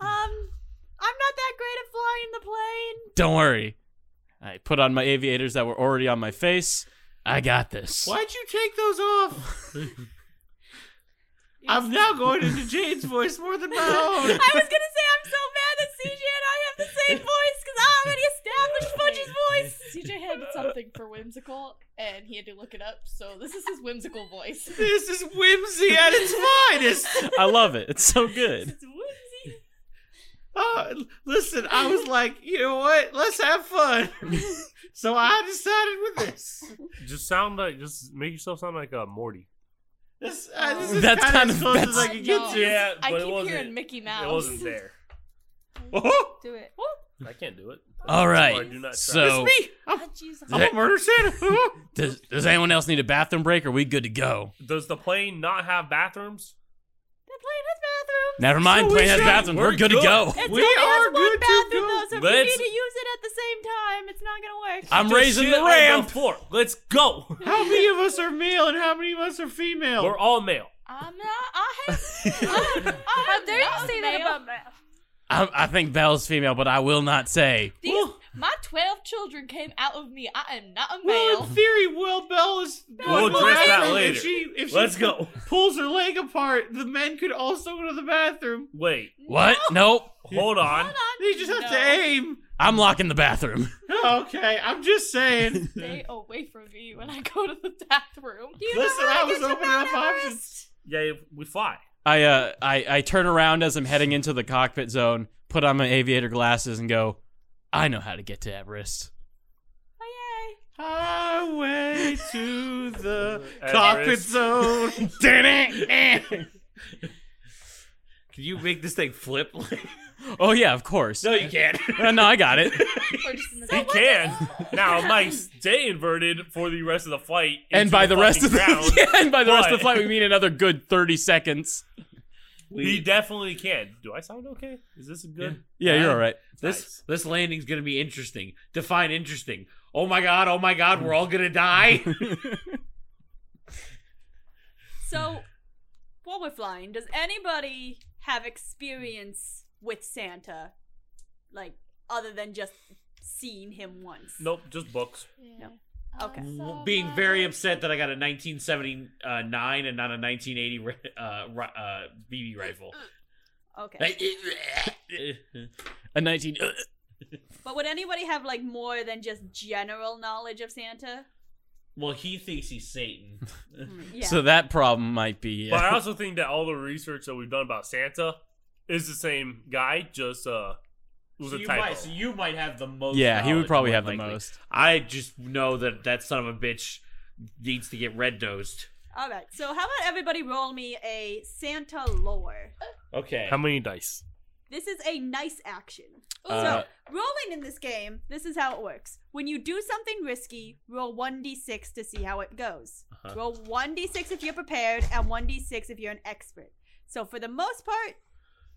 H: I'm not that great at flying the plane.
E: Don't worry. I put on my aviators that were already on my face. I got this.
I: Why'd you take those off? I'm now going into Jane's voice more than my own.
H: I was gonna say I'm so mad that CJ and I have the same voice because I already established Fudge's voice.
C: voice. CJ had something for whimsical, and he had to look it up. So this is his whimsical voice.
I: This is whimsy at its finest.
E: I love it. It's so good.
I: Oh, listen, I was like, you know what? Let's have fun. so I decided with this.
G: Just sound like, just make yourself sound like a Morty.
I: This, uh,
C: Oh,
I: this is
E: That's
I: kinda
E: kind
I: as
E: of-
I: close
E: that's-
I: as I can get to.
G: Yeah,
C: I
G: but
C: keep
G: it wasn't.
C: hearing Mickey Mouse.
G: It wasn't there.
C: Oh.
F: Do it.
G: I can't do it.
E: All right,
G: I do not try.
E: so-
I: It's me. I'm, I'm a murder Santa.
E: Does Does anyone else need a bathroom break? Or are we good to go?
G: Does the plane not have bathrooms?
E: Never mind.
G: So we
E: Plane has
G: should-
E: bathrooms. We're,
G: we're
E: good, to
G: good.
E: go.
B: It's
I: We
B: only has
I: are
B: one
I: good to
B: bathroom
I: go.
B: though, so if you
E: Let's-
B: need to use it at the same time, it's not gonna work.
E: I'm
G: Just
E: raising
G: shit
E: the
G: on
E: ramp.
G: floor. Let's go.
I: How many of us are male and how many of us are female?
G: We're all male.
F: I'm not. I have.
H: How dare you say that about
F: me?
E: I, I think Belle's female, but I will not say.
C: These, my twelve children came out of me. I am not a
I: well,
C: male.
I: in theory, Will Bell is.
G: We'll
I: Well,
G: address that
I: if
G: later.
I: she- if she
G: Let's go.
I: Pulls her leg apart. The men could also go to the bathroom.
G: Wait,
E: What? Nope.
G: hold on.
I: They just have to
C: No.
I: aim.
E: I'm locking the bathroom.
I: Okay, I'm just saying.
C: Stay away from me when I go to the bathroom. Do you
I: Listen, I was opening up options.
G: Yeah, we fly.
E: I uh I, I turn around as I'm heading into the cockpit zone, put on my aviator glasses, and go, I know how to get to Everest.
B: Oh,
I: Highway to the
G: Everest.
I: cockpit zone. Can
G: you make this thing flip?
E: Oh yeah, of course.
G: no, you can't.
E: Uh, no, I got it.
C: Or just in the
G: He can. Now, Mike, stay inverted for the rest of the flight.
E: and
G: into
E: by the, rest of the
G: fucking ground.
E: yeah, and by the rest of
G: But-
E: the flight, we mean another good thirty seconds.
G: he definitely can. Do I sound okay? Is this good?
E: Yeah, you're all right.
G: This
I: This this landing's gonna be interesting. Define interesting. Oh my god, oh my god, we're all gonna die.
B: So, while we're flying, does anybody have experience with Santa, like other than just seeing him once?
G: nope, just books.
B: Okay.
I: Being very upset that I got a 1979 and not a 1980 ri- uh, ri- uh, BB rifle.
B: Okay.
E: A nineteen. uh,
B: But would anybody have like more than just general knowledge of Santa? Hmm,
I: well, he thinks he's Satan.
B: Yeah.
E: So that problem might be.
G: But I
E: Uh,
G: also think that all the research that we've done about Santa is the same guy, just uh, it was
I: So
G: a
I: you,
G: typo.
I: might, so you might have the most.
E: yeah, he would
I: knowledge,
E: probably
I: more
E: have the
I: likely.
E: most.
I: I just know that that son of a bitch needs to get red nosed.
B: All right. So how about everybody roll me a Santa lore?
I: Okay.
G: How many dice?
B: This is a nice action.
E: Uh,
B: so rolling in this game, this is how it works. When you do something risky, roll one d six to see how it goes.
E: Uh-huh.
B: Roll one d six if you're prepared, and one d six if you're an expert. So for the most part,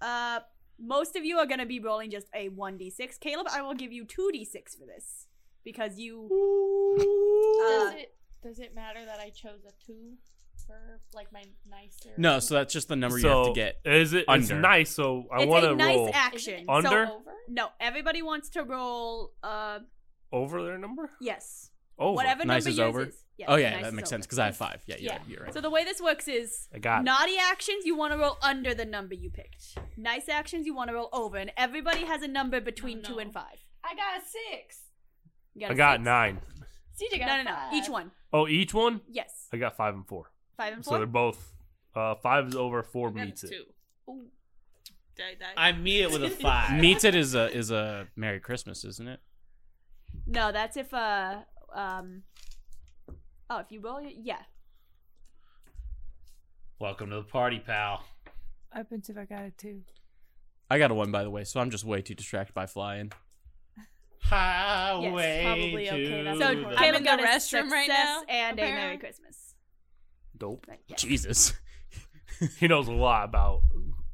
B: uh, most of you are gonna be rolling just a one d six. Caleb, I will give you two d six for this because you. Uh,
C: does it does it matter that I chose a two for like my nicer?
E: No, so that's just the number you have to get.
G: Is it? It's
E: under.
G: nice. So I
B: it's
G: want
B: a
G: to
B: nice
G: roll
B: action.
G: under?
B: So,
C: over.
B: no, everybody wants to roll. Uh,
G: over their number.
B: yes.
G: Over.
B: Whatever
E: Nice
B: number
E: is
B: yours
E: over?
B: is. Yes,
E: oh yeah,
B: nice
E: that
B: is
E: makes
B: over.
E: sense because I have five. Yeah, you're
C: Yeah.
E: right. You're right.
B: So the way this works is
G: I got it.
B: naughty actions you want to roll under the number you picked. Nice actions you want to roll over, and everybody has a number between
C: Oh, no.
B: two and five.
C: I got a six.
B: You
G: I
B: a
G: got
B: six.
G: nine.
C: CJ
B: No,
C: got
B: no,
C: a
B: no.
C: five.
B: Each one.
G: Oh, each one.
B: Yes.
G: I got five and four.
B: Five and
G: So
B: four.
G: they're both. Uh, five is over. Four
F: I got a
G: meets it.
F: two. Ooh. Did I die?
I: I meet it with a five.
E: Meets it is a is a Merry Christmas, isn't it?
B: no, that's if uh um. Oh, if you roll, your- yeah.
I: Welcome to the party, pal.
F: Happens if I got a two.
E: I got a one by the way, so I'm just way too distracted by flying.
I: Highway
C: probably
I: to
C: okay, that's
B: So
C: I'm
I: the-
B: Caleb
F: in
B: got
F: the
B: a
F: restroom right now,
B: success and a Merry
F: apparently.
B: Christmas.
G: Dope.
B: Right, yes.
E: Jesus.
G: He knows a lot about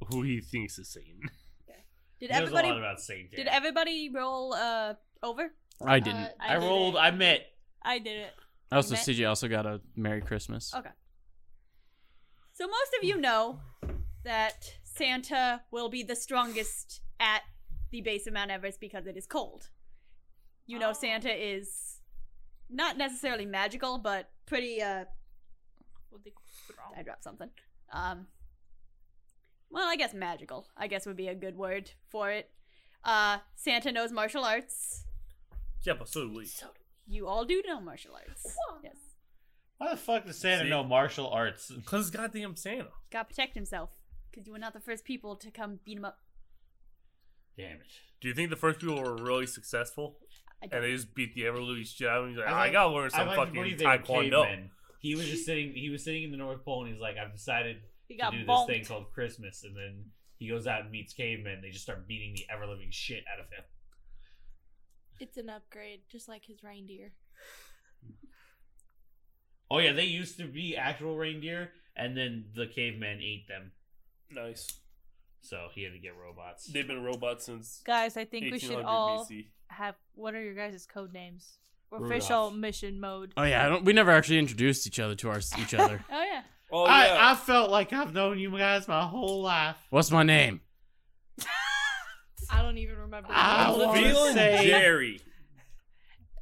G: who he thinks is Satan.
B: Did
I: He knows a
B: everybody
I: lot about Satan.
B: did everybody roll uh over?
E: I didn't.
F: Uh,
I: I
F: did
I: rolled.
F: it.
I: I met.
F: I did it.
E: also,
B: met-
E: CJ also got a Merry Christmas.
B: Okay. So most of you know that Santa will be the strongest at the base of Mount Everest because it is cold. You
I: Oh.
B: know Santa is not necessarily magical, but pretty uh
F: Well, they strong.
B: I dropped something. Um Well, I guess magical, I guess would be a good word for it. Uh Santa knows martial arts.
G: Yeah, but so do we.
B: You all do know martial arts. Yes.
K: Why the fuck does Santa
G: See?
K: know martial arts?
G: Cause goddamn Santa.
B: Gotta protect himself. Because you were not the first people to come beat him up.
K: Damn it.
G: Do you think the first people were really successful?
B: I
G: And they just beat the ever losing shit out of him. He's like, I,
K: like-
G: gotta learn
K: I
G: some
K: like to
G: fucking
K: believe they were
G: taekwondo.
K: cavemen. He was just sitting. He was sitting in the North Pole, and he's like, "I've decided
B: He
K: to
B: got
K: do
B: bonked.
K: this thing called Christmas." And then he goes out and meets cavemen. They just start beating the ever living shit out of him.
H: It's an upgrade, just like his reindeer.
K: Oh yeah, they used to be actual reindeer, and then the cavemen ate them.
G: Nice.
K: So he had to get robots.
G: They've been robots since.
F: Guys, I think we should
G: 1800
F: all
G: BC.
F: have. What are your guys' code names? We're
E: Rudolph.
F: official mission mode.
E: Oh yeah, I don't. We never actually introduced each other to our each other.
F: Oh yeah.
G: Oh
I: I, I felt like I've known you guys my whole life.
E: What's my name?
F: I don't even remember.
I: I want to say
G: Jerry.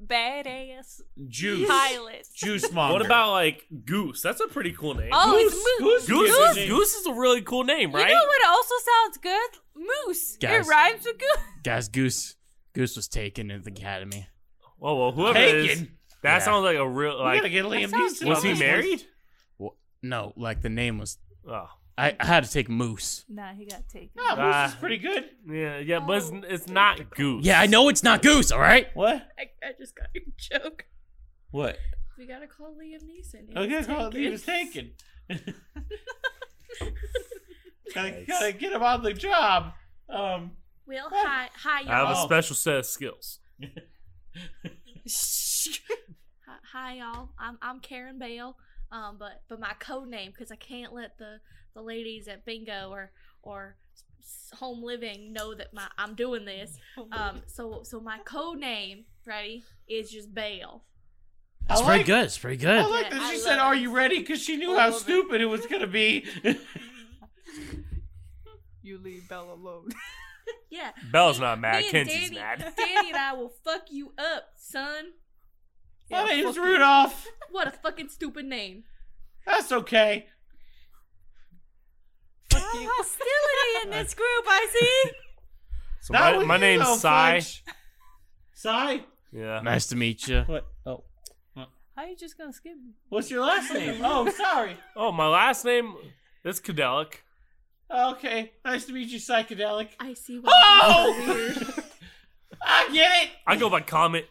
F: Badass
G: Juice.
F: pilot.
K: Juice
G: Mom. What about like Goose? That's a pretty cool name.
F: Oh, it's
G: Goose.
F: Moose.
G: Goose,
F: Goose.
G: Goose. Goose is a really cool name, right?
F: You know what also sounds good? Moose.
E: Guys.
F: It rhymes with goose.
E: Guys, Goose. Goose was taken into the academy.
G: Whoa, whoa, whoever it is,
E: Taken?
G: that
E: Yeah.
G: sounds like a real like.
I: gotta get Liam Neeson on
G: Was he
I: this
G: married?
E: Wha- no, like the name was.
G: Oh.
E: I, I had to take Moose.
F: Nah, he got taken.
I: No, Moose
G: Ah.
I: is pretty good.
G: Yeah, yeah, but
C: Oh.
G: it's, it's not Goose.
E: Yeah, I know it's not Goose. All right.
K: What?
C: I, I just got your joke.
K: What?
C: We gotta call Liam Neeson. He
I: Okay,
C: was
I: well, he
C: taken.
I: was taken. gotta, gotta get him on the job. Um,
C: Will, hi, hi,
G: I have a
I: Oh.
C: y'all.
G: special set of skills.
C: Hi, hi, y'all. I'm I'm Karen Bell. Um, but but my code name because I can't let the the ladies at bingo or or s- home living know that my I'm doing this. Um, so so my code name, ready, is just Bell.
E: It's
I: I
E: pretty
I: like-
E: good. It's pretty good.
I: I like that
C: I
I: she
C: love
I: said,
C: it.
I: "Are you ready?" Because she knew how stupid it was gonna be.
F: You leave Belle alone.
C: Yeah.
G: Bella's not
I: Ah,
G: mad.
C: Me and
G: Kenzie's
C: Danny,
G: mad.
C: Danny and I will fuck you up, son.
I: My
F: Yeah,
I: name's
F: fuck
I: Rudolph.
C: What a fucking stupid name.
I: That's okay.
B: Hostility in this group, I see.
G: So
I: Not
G: my,
I: with
G: my
I: you,
G: name's
I: though,
G: Sai.
I: Fudge. Sai.
G: Yeah.
E: Nice to meet you.
K: What? Oh.
F: How you just gonna skip me?
I: What's your last name? Oh, sorry.
G: Oh, my last name is Kadelic.
I: Okay. Nice to meet you, psychedelic.
C: I see why.
I: Oh! I get it.
G: I go by Comet.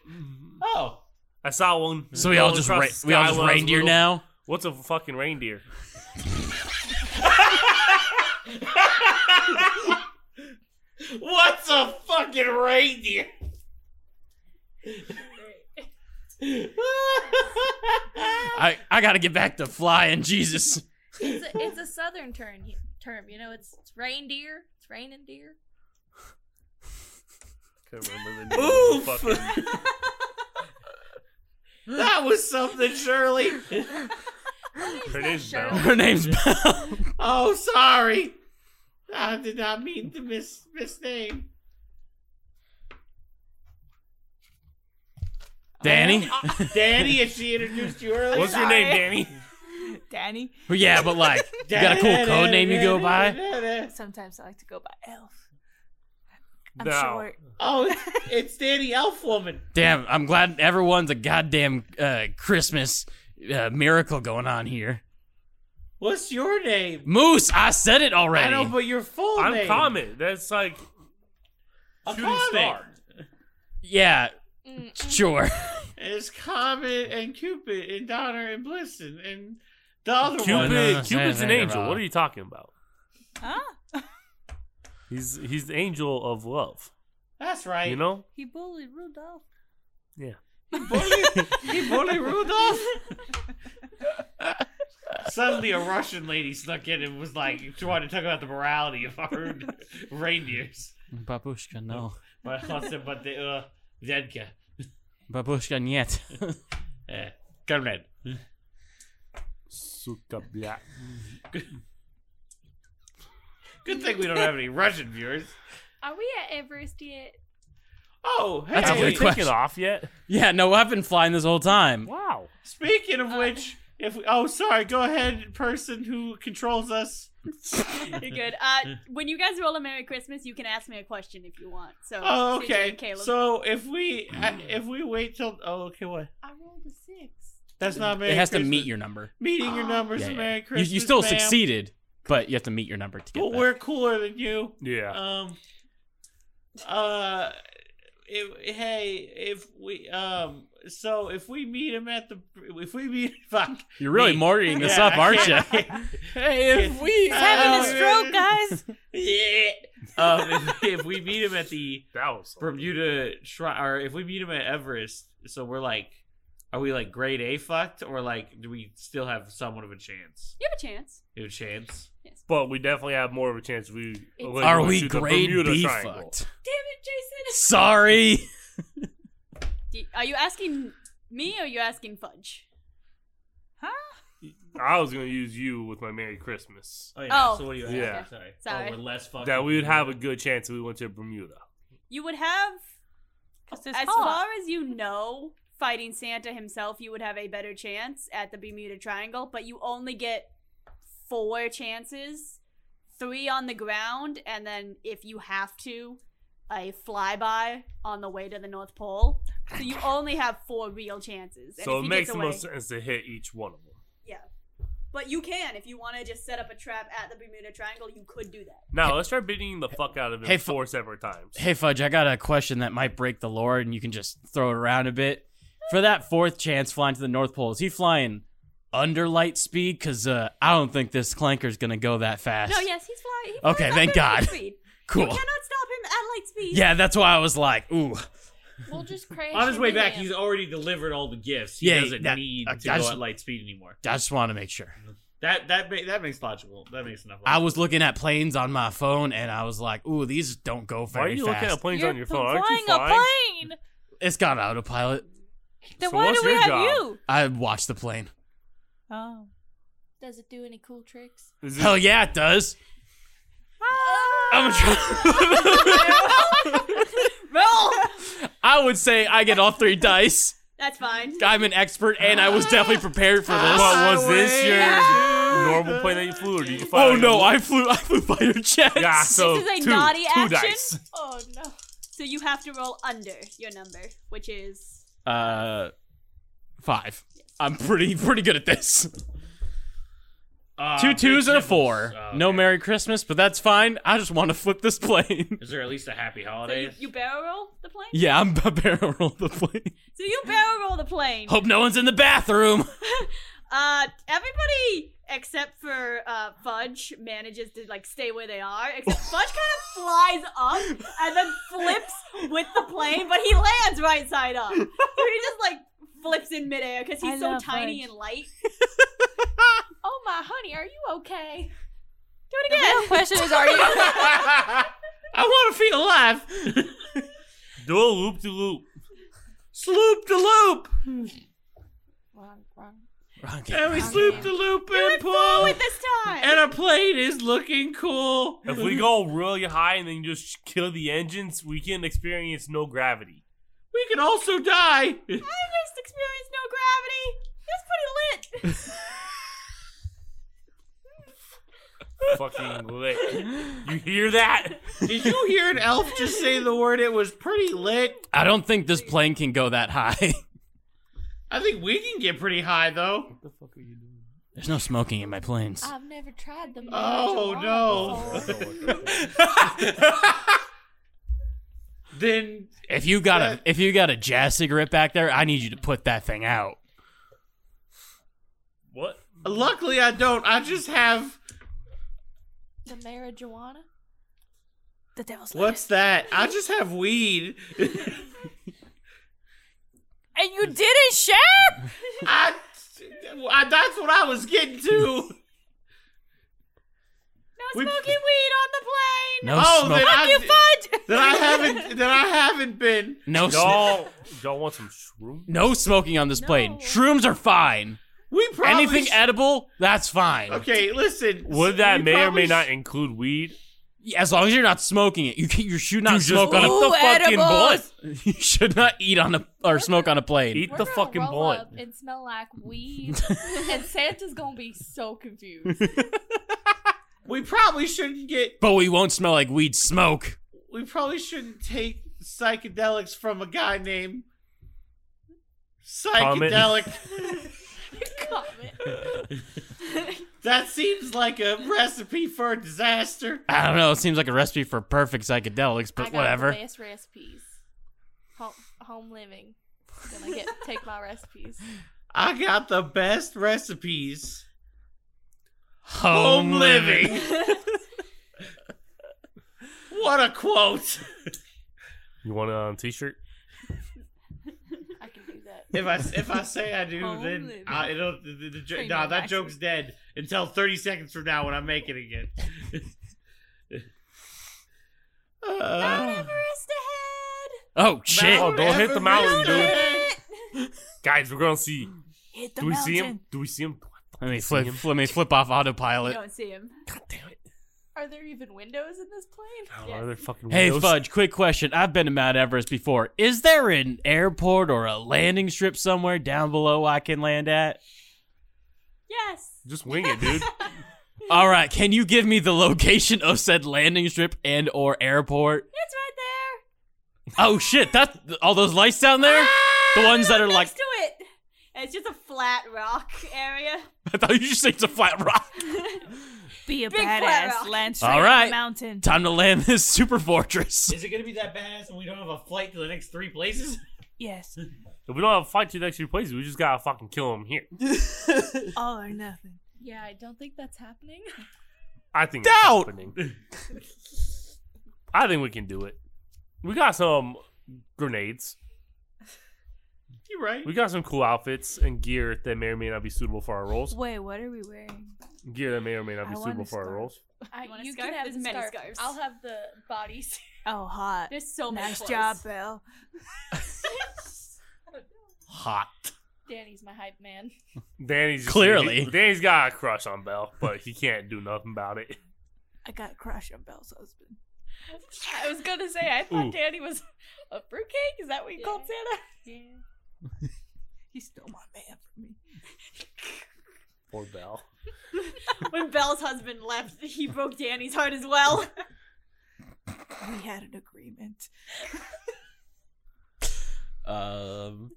I: Oh.
G: I saw one.
E: So we all
G: going
E: just ra-
G: across the
E: we all
G: sky
E: just
G: when I was
E: reindeer
G: little.
E: now.
G: What's a fucking reindeer?
I: What's a fucking reindeer?
E: I I gotta get back to flying. Jesus.
C: It's a, it's a southern term. Term, you know, it's, it's reindeer. It's raining deer.
G: Can't remember the name. Oof. Fucking,
I: that was something, Shirley.
G: her name's Belle.
E: Her name's Belle.
I: Oh, sorry. I did not mean to mis misname.
E: Danny.
I: Danny, if she introduced you earlier.
G: What's your name, Danny?
F: Danny.
E: But yeah, but like you got a cool code name you go by.
F: Sometimes I like to go by Elf. I'm
G: No.
F: short.
I: Oh, it's, it's Danny Elf Woman.
E: Damn, I'm glad everyone's a goddamn uh, Christmas uh, miracle going on here.
I: What's your name?
E: Moose, I said it already.
I: I know, but your full
G: I'm
I: name.
G: Comet. That's like
I: A
G: shooting
I: comet.
G: star.
E: yeah, sure.
I: It's Comet and Cupid and Donner and Blitzen and the other
G: Cupid.
E: No, no, no,
G: Cupid's
E: say
G: an
E: it
G: angel.
E: wrong.
G: What are you talking about?
F: Huh?
G: He's he's the angel of love.
I: That's right.
G: You know?
F: He bullied Rudolph.
G: Yeah.
I: he bullied Rudolph. Suddenly, a Russian lady snuck in and was like, she wanted to talk about the morality of our reindeers.
E: Babushka, no.
I: But also, but the uh, Zedka.
E: Babushka, yet.
I: Eh, come red.
G: Suka black.
I: Good thing we don't have any Russian viewers.
H: Are we at Everest yet?
I: Oh, hey.
E: That's a
G: Have we
E: good question.
G: taken off yet?
E: yeah, no, I've been flying this whole time.
G: Wow.
I: Speaking of which, if we, oh sorry, go ahead, person who controls us.
B: You're good. Uh, when you guys roll a Merry Christmas, you can ask me a question if you want. So,
I: Oh,
B: CJ and
I: okay.
B: Caleb.
I: So if we I- if we wait till oh, okay, what?
H: I rolled a six. Oh.
I: That's not Merry
E: it has to
I: Christmas.
E: meet your number.
I: Meeting your numbers,
E: Yeah,
I: is
E: yeah.
I: Merry
E: You-
I: Christmas.
E: You, still
I: ma'am.
E: succeeded, but you have to meet your number to get
I: Well,
E: that.
I: we're cooler than you.
G: Yeah.
I: Um. Uh. If, hey, if we um, so if we meet him at the if we meet fuck,
E: You're really
I: meet-
E: mortying this up,
I: I
E: aren't
I: can't- Oh,
E: you?
I: hey, if we
G: He's having a stroke,
I: guys. yeah. Um, if, if we meet him at the Bermuda Shrine, or if we meet him at Everest, so we're like, are we like grade A fucked, or like do we still have somewhat of a chance?
B: you have a chance.
I: You have a chance.
G: But we definitely have more of a chance. We Oh,
B: It's-
E: Are we
G: shoot the
E: grade
G: Bermuda
E: B
G: Triangle.
E: fucked?
B: Damn it, Jason.
E: Sorry.
B: Do- are you asking me or are you asking Fudge?
G: I was gonna use you with my Merry Christmas.
K: Oh,
B: yeah. Oh. So what do you have? Okay.
K: Sorry.
B: Sorry.
K: Oh, we're less fucking.
G: That we would have a good chance if we went to Bermuda.
B: You would have, as
F: hot.
B: far as you know, fighting Santa himself, you would have a better chance at the Bermuda Triangle, but you only get four chances three on the ground, and then if you have to, a flyby on the way to the North Pole. So you only have four real chances. And
G: so
B: if
G: it
B: he
G: makes
B: gets
G: the
B: away,
G: most sense to hit each one of them.
B: Yeah. But you can, if you want to just set up a trap at the Bermuda Triangle, you could do that.
G: Now let's try beating the fuck out of him
E: Hey, fu-
G: four separate times.
E: Hey, Fudge, I got a question that might break the lore, and you can just throw it around a bit. For that fourth chance flying to the North Pole, is he flying under light speed? Because uh, I don't think this clanker's going to go that fast.
B: No, yes, he's flying. He
E: Okay,
B: flies at
E: thank
B: very light
E: God.
B: speed.
E: Cool.
B: You cannot stop him at light speed.
E: Yeah, that's why I was like, ooh.
H: We'll just crash.
K: On his way
H: into
K: back,
H: him.
K: he's already delivered all the gifts. He
E: Yeah,
K: doesn't
E: that-
K: need
E: I-
K: to
E: I
K: go
E: just-
K: at light speed anymore.
E: I just want to make sure.
K: That that ma- that makes logical. That makes enough.
E: I was looking at planes on my phone, and I was like, ooh, these don't go
G: Why are
E: very
G: you
E: fast.
G: looking at planes
F: You're
G: on your phone? Aren't
F: flying
G: you
F: a
G: flying?
F: plane.
E: It's got autopilot.
F: Then
G: So
F: why
G: what's
F: do we
G: your
F: have
G: job?
F: you?
E: I watched the plane.
B: Ah!
F: Oh.
H: Does it do any cool tricks?
G: Is it-
E: Hell yeah, it does. I'm a
B: Roll.
E: I would say I get all three dice.
B: That's fine.
E: I'm an expert, and I was definitely prepared for this.
G: But was this your normal plane that you flew, or did you fly?
E: Oh
G: like a
E: no,
G: little-
E: I flew. I flew fighter jets.
G: Yeah, so
B: this is a
G: two,
B: naughty
G: two
B: action.
G: dice.
B: Oh no. So you have to roll under your number, which is
E: Uh, five. I'm pretty pretty good at this.
I: Uh,
E: Two twos and a four.
I: Oh,
G: Oh,
E: No Merry Christmas, but that's fine. I just want to flip this plane.
K: Is there at least a happy
B: so you,
K: holidays?
B: you barrel roll the plane.
E: yeah, I'm about to barrel roll the plane.
B: So you barrel roll the plane.
E: Hope no one's in the bathroom.
B: Uh, everybody except for uh, Fudge manages to like stay where they are. Except Fudge kind of flies up and then flips with the plane, but he lands right side up. So he just like flips in midair because
F: I
B: he's so
F: love
B: tiny
F: Fudge.
B: and light.
H: Oh my honey, are you okay?
B: Do it again.
F: The question is, are you?
I: I want to feel alive.
G: Do a loop to loop.
I: Sloop the loop.
H: Wrong, wrong.
E: Wrong game.
I: And we sloop the loop and
B: Oh,
I: pull.
B: with this time.
I: And our plane is looking cool.
G: If we go really high and then just kill the engines, we can experience no gravity.
I: We can also die.
B: I just experienced no gravity. That's pretty lit.
G: Fucking lit. You hear that?
I: Did you hear an elf just say the word? It was pretty lit.
E: I don't think this plane can go that high.
I: I think we can get pretty high though.
E: There's no smoking in my planes.
H: I've never tried them.
I: Oh no. then
E: If you got a if you got a jazz cigarette back there, I need you to put that thing out.
G: What?
I: luckily I don't. I just have
H: The marijuana.
F: The devil's
I: what's that? I just have weed.
F: And you didn't share?
I: I, I that's what I was getting to.
B: No
I: We-
B: smoking weed on the plane.
E: No
I: oh,
E: smoke.
I: then I,
F: You fudge!
I: then I haven't then I haven't been.
E: No, sn-
G: Y'all, y'all want some shrooms?
E: no smoking on this plane. Shrooms are fine.
I: We probably
E: Anything
I: sh-
E: edible, that's fine.
I: Okay, listen.
G: Would that
I: we
G: may or
I: probably
G: may
I: sh-
G: not include weed?
E: As long as you're not smoking it, you can, you should not
G: Dude, just
E: smoke on a
G: eat the fucking
F: edibles.
G: blunt.
E: you should not eat on a or smoke on a plane.
G: Eat
H: We're
G: the
H: gonna
G: fucking
H: roll
G: blunt.
H: up and smell like weed, and Santa's gonna be so confused.
I: We probably shouldn't get
E: But we won't smell like weed smoke.
I: we probably shouldn't take psychedelics from a guy named psychedelic. that seems like a recipe for a disaster.
E: I don't know. It seems like a recipe for perfect psychedelics,
H: I
E: but
H: got
E: whatever.
H: The best recipes. Home, home living. I'm gonna get take my recipes.
I: I got the best recipes.
E: Home living.
I: what a quote!
G: You want it on a t-shirt?
H: I can do that.
I: If I if I say I do,
H: Home
I: then
H: living.
I: I, it'll the, the, the, jo-
H: Train
I: nah,
H: wreck,
I: that
H: I
I: joke's dead until thirty seconds from now when I make it again.
G: Mount
B: Everest
E: Oh shit!
G: Oh, don't hit the mountain, dude.
B: ahead.
G: Guys, we're gonna see.
B: Hit the
G: Do we see him?
B: mountain.
G: Do we see him?
E: Let me
G: See
E: flip.
G: him?
E: flip- Let me flip off autopilot.
B: don't see him.
G: God damn it.
H: Are there even windows in this plane?
G: Oh, are there fucking
E: Hey,
G: windows?
E: Fudge, quick question. I've been to Mount Everest before. Is there an airport or a landing strip somewhere down below I can land at?
B: Yes.
G: Just wing it, dude.
E: All right, can you give me the location of said landing strip and or airport?
B: It's right there.
E: Oh shit, that all those lights down there?
H: Ah!
E: The ones that are like
B: Next to it. It's just a flat rock area.
E: I thought you just said it's a flat rock.
F: Be a
B: Big flat
F: badass.
B: rock.
F: Land straight
E: All
F: up
E: right.
F: the mountain.
E: Time to land this super fortress.
I: Is it gonna be that badass and we don't have a flight to the next three places?
F: Yes.
G: If we don't have a fight to the next few places, we just gotta fucking kill him here.
F: All or nothing.
H: Yeah, I don't think that's happening.
G: I think it's happening. I think we can do it. We got some grenades.
I: You're right.
G: We got some cool outfits and gear that may or may not be suitable for our roles.
F: Wait, what are we wearing?
G: Gear that may or may not be
F: I want
G: suitable
F: a
G: for our
F: scarf.
G: roles.
C: I,
B: You want a
C: you
B: scarf?
C: can have
B: There's
C: the
B: many
C: scarf.
B: scarves.
C: I'll have the bodies.
F: Oh, hot.
B: There's so many
F: nice
B: clothes.
F: job, Bill.
E: Hot.
H: Danny's my hype man.
G: Danny's just-
E: Clearly.
G: Danny's got a crush on Belle, but he can't do nothing about it.
F: I got a crush on Bell's husband.
H: I was gonna say I thought
G: Ooh.
H: Danny was a fruitcake. Is that what you called Santa?
F: He stole my man from me.
G: Poor Belle.
B: when Belle's husband left, he broke Danny's heart as well.
F: We had an agreement.
E: Um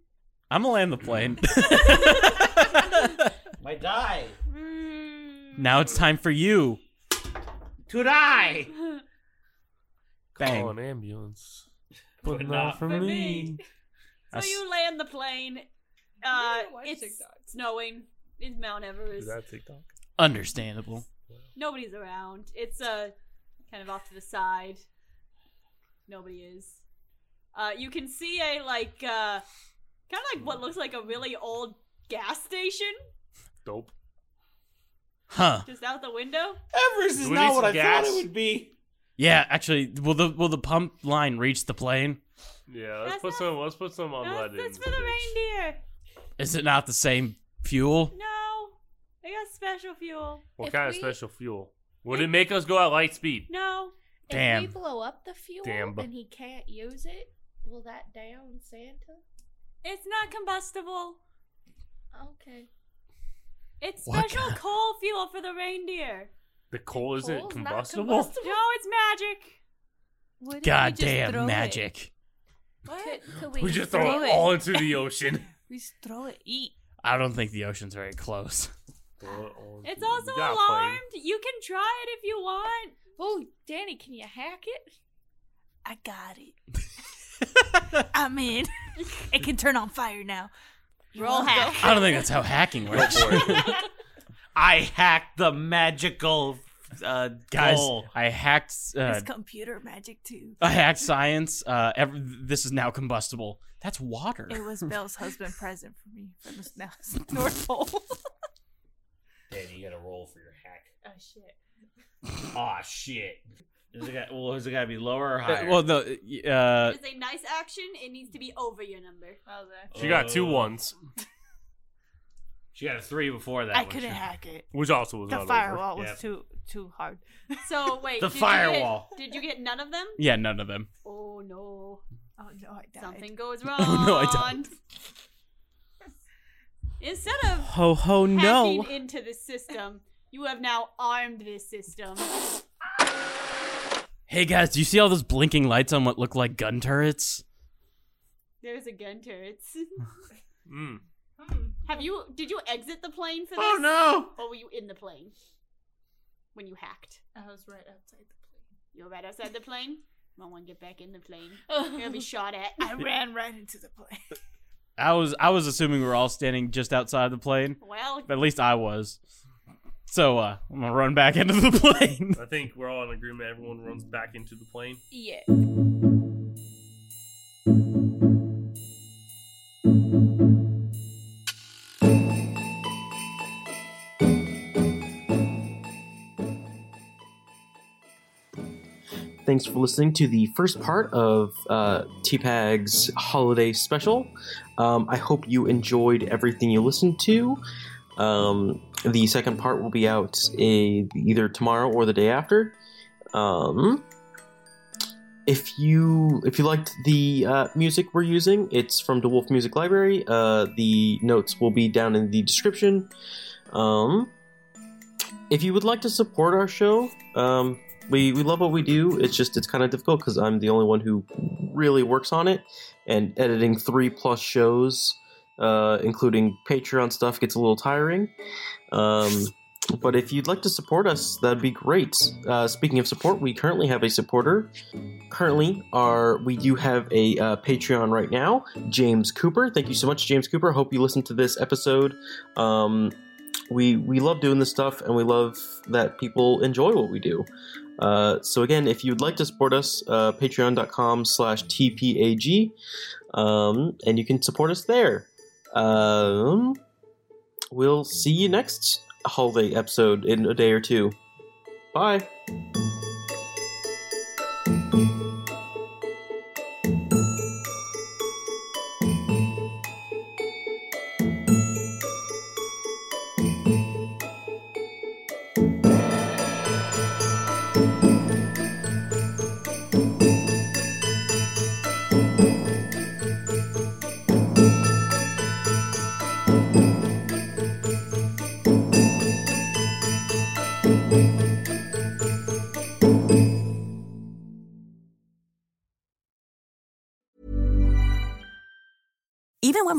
E: I'm gonna land the plane.
I: Might die.
E: now it's time for you.
I: To die.
E: Bang.
G: Call an ambulance.
I: But not
G: for
B: for
G: me.
B: So
E: That's-
B: you land the plane. Uh,
H: watch
B: it's
H: TikTok.
B: snowing. It's Mount Everest.
G: Is that TikTok?
E: Understandable.
B: Nobody's around. It's uh, kind of off to the side. Nobody is. Uh, you can see a like uh, kind of like what looks like a really old gas station
G: Dope.
E: Huh.
B: just out the window.
I: Everest is
G: Do we need
I: not what
G: some
I: I
G: gas?
I: thought it would be.
E: Yeah, actually will the will the pump line reach the plane?
G: Yeah, let's
B: That's
G: put
B: not-
G: some let's put some unleaded.
B: That's, that's
G: in
B: for the
G: bitch.
B: reindeer.
E: Is it not the same fuel?
B: No, they got special fuel.
G: What
H: If
G: kind of
H: we-
G: special fuel? Would it make us go at light speed?
B: No,
E: Damn.
H: If we blow up the fuel
G: Damn.
H: and he can't use it, will that down Santa?
B: it's not combustible.
H: Okay.
B: It's
E: What
B: special
E: kind-
B: coal fuel for the reindeer.
G: The coal isn't
H: Coal's not
G: combustible.
B: No, it's magic.
F: What if we just throw
E: Goddamn
F: it?
E: magic.
F: What?
H: Could, could we,
G: We just throw
F: Throw
G: it
F: it.
G: all into the ocean.
F: We just throw it. Eat.
E: I don't think the ocean's very close.
G: Throw it all into
B: It's
G: the-
B: also
G: We got a
B: alarmed.
G: plane.
B: You can try it if you want.
H: Oh, Danny, can you hack it?
F: I got it. I'm in. It can turn on fire now.
B: Roll hack.
E: I don't think that's how hacking works.
I: I hacked the magical uh,
E: Guys,
I: goal.
E: I hacked. Uh,
F: it's computer magic too.
E: I hacked science. Uh, ev- this is now combustible. That's water.
F: It was Bell's husband present for me from the Snow- North Pole.
I: Danny, you gotta roll for your hack.
B: Oh shit.
I: Aw, shit. Is it got, well, is it gotta be lower or
E: Uh,
I: higher?
E: well, no. Uh,
B: It's a nice action. It needs to be over your number.
G: She got two
I: Oh.
G: ones,
I: She got a three before that.
F: I
I: one.
F: couldn't hack it.
G: which also was
F: The
G: not
F: firewall
I: Yeah.
F: was too too hard.
B: So wait,
I: The
B: did
I: firewall.
B: You get, did you get none of them?
E: yeah, none of them.
B: Oh no,
F: Oh no, I died.
B: something goes wrong.
E: Oh, no, I died.
B: Instead of
E: Ho ho
B: hacking into the system, You have now armed this system.
E: Hey guys, do you see all those blinking lights on what look like gun turrets?
B: There's a gun turrets.
G: Hmm,
E: Mm.
B: have you? Did you exit the plane for this?
I: Oh, no.
B: Or were you in the plane when you hacked? I was right outside the plane. You were right outside the plane. I want to get back in the plane. You're gonna be shot at.
E: I ran
B: right into the plane.
E: I was I was assuming we were all standing just outside the plane.
B: Well-
E: at least I was. So uh, I'm gonna run back into the plane.
G: I think we're all in agreement. Everyone runs back into the plane.
B: Yeah.
A: Thanks for listening to the first part of uh, T-Pag's holiday special. Um, I hope you enjoyed everything you listened to. Um, the second part will be out a, either tomorrow or the day after. Um, if you if you liked the uh, music we're using, it's from the Wolf Music Library. Uh, the notes will be down in the description. Um, if you would like to support our show, um, we, we love what we do. It's just it's kind of difficult because I'm the only one who really works on it, and editing three plus shows, uh, including Patreon stuff, gets a little tiring. Um, but if you'd like to support us, that'd be great. Uh, speaking of support, we currently have a supporter. Currently, are we do have a uh, Patreon right now, James Cooper. Thank you so much, James Cooper. Hope you listened to this episode. Um, we we love doing this stuff and we love that people enjoy what we do uh, so again if you'd like to support us uh, patreon.com slash tpag um, and you can support us there um, we'll see you next holiday episode in a day or two bye
L: Even when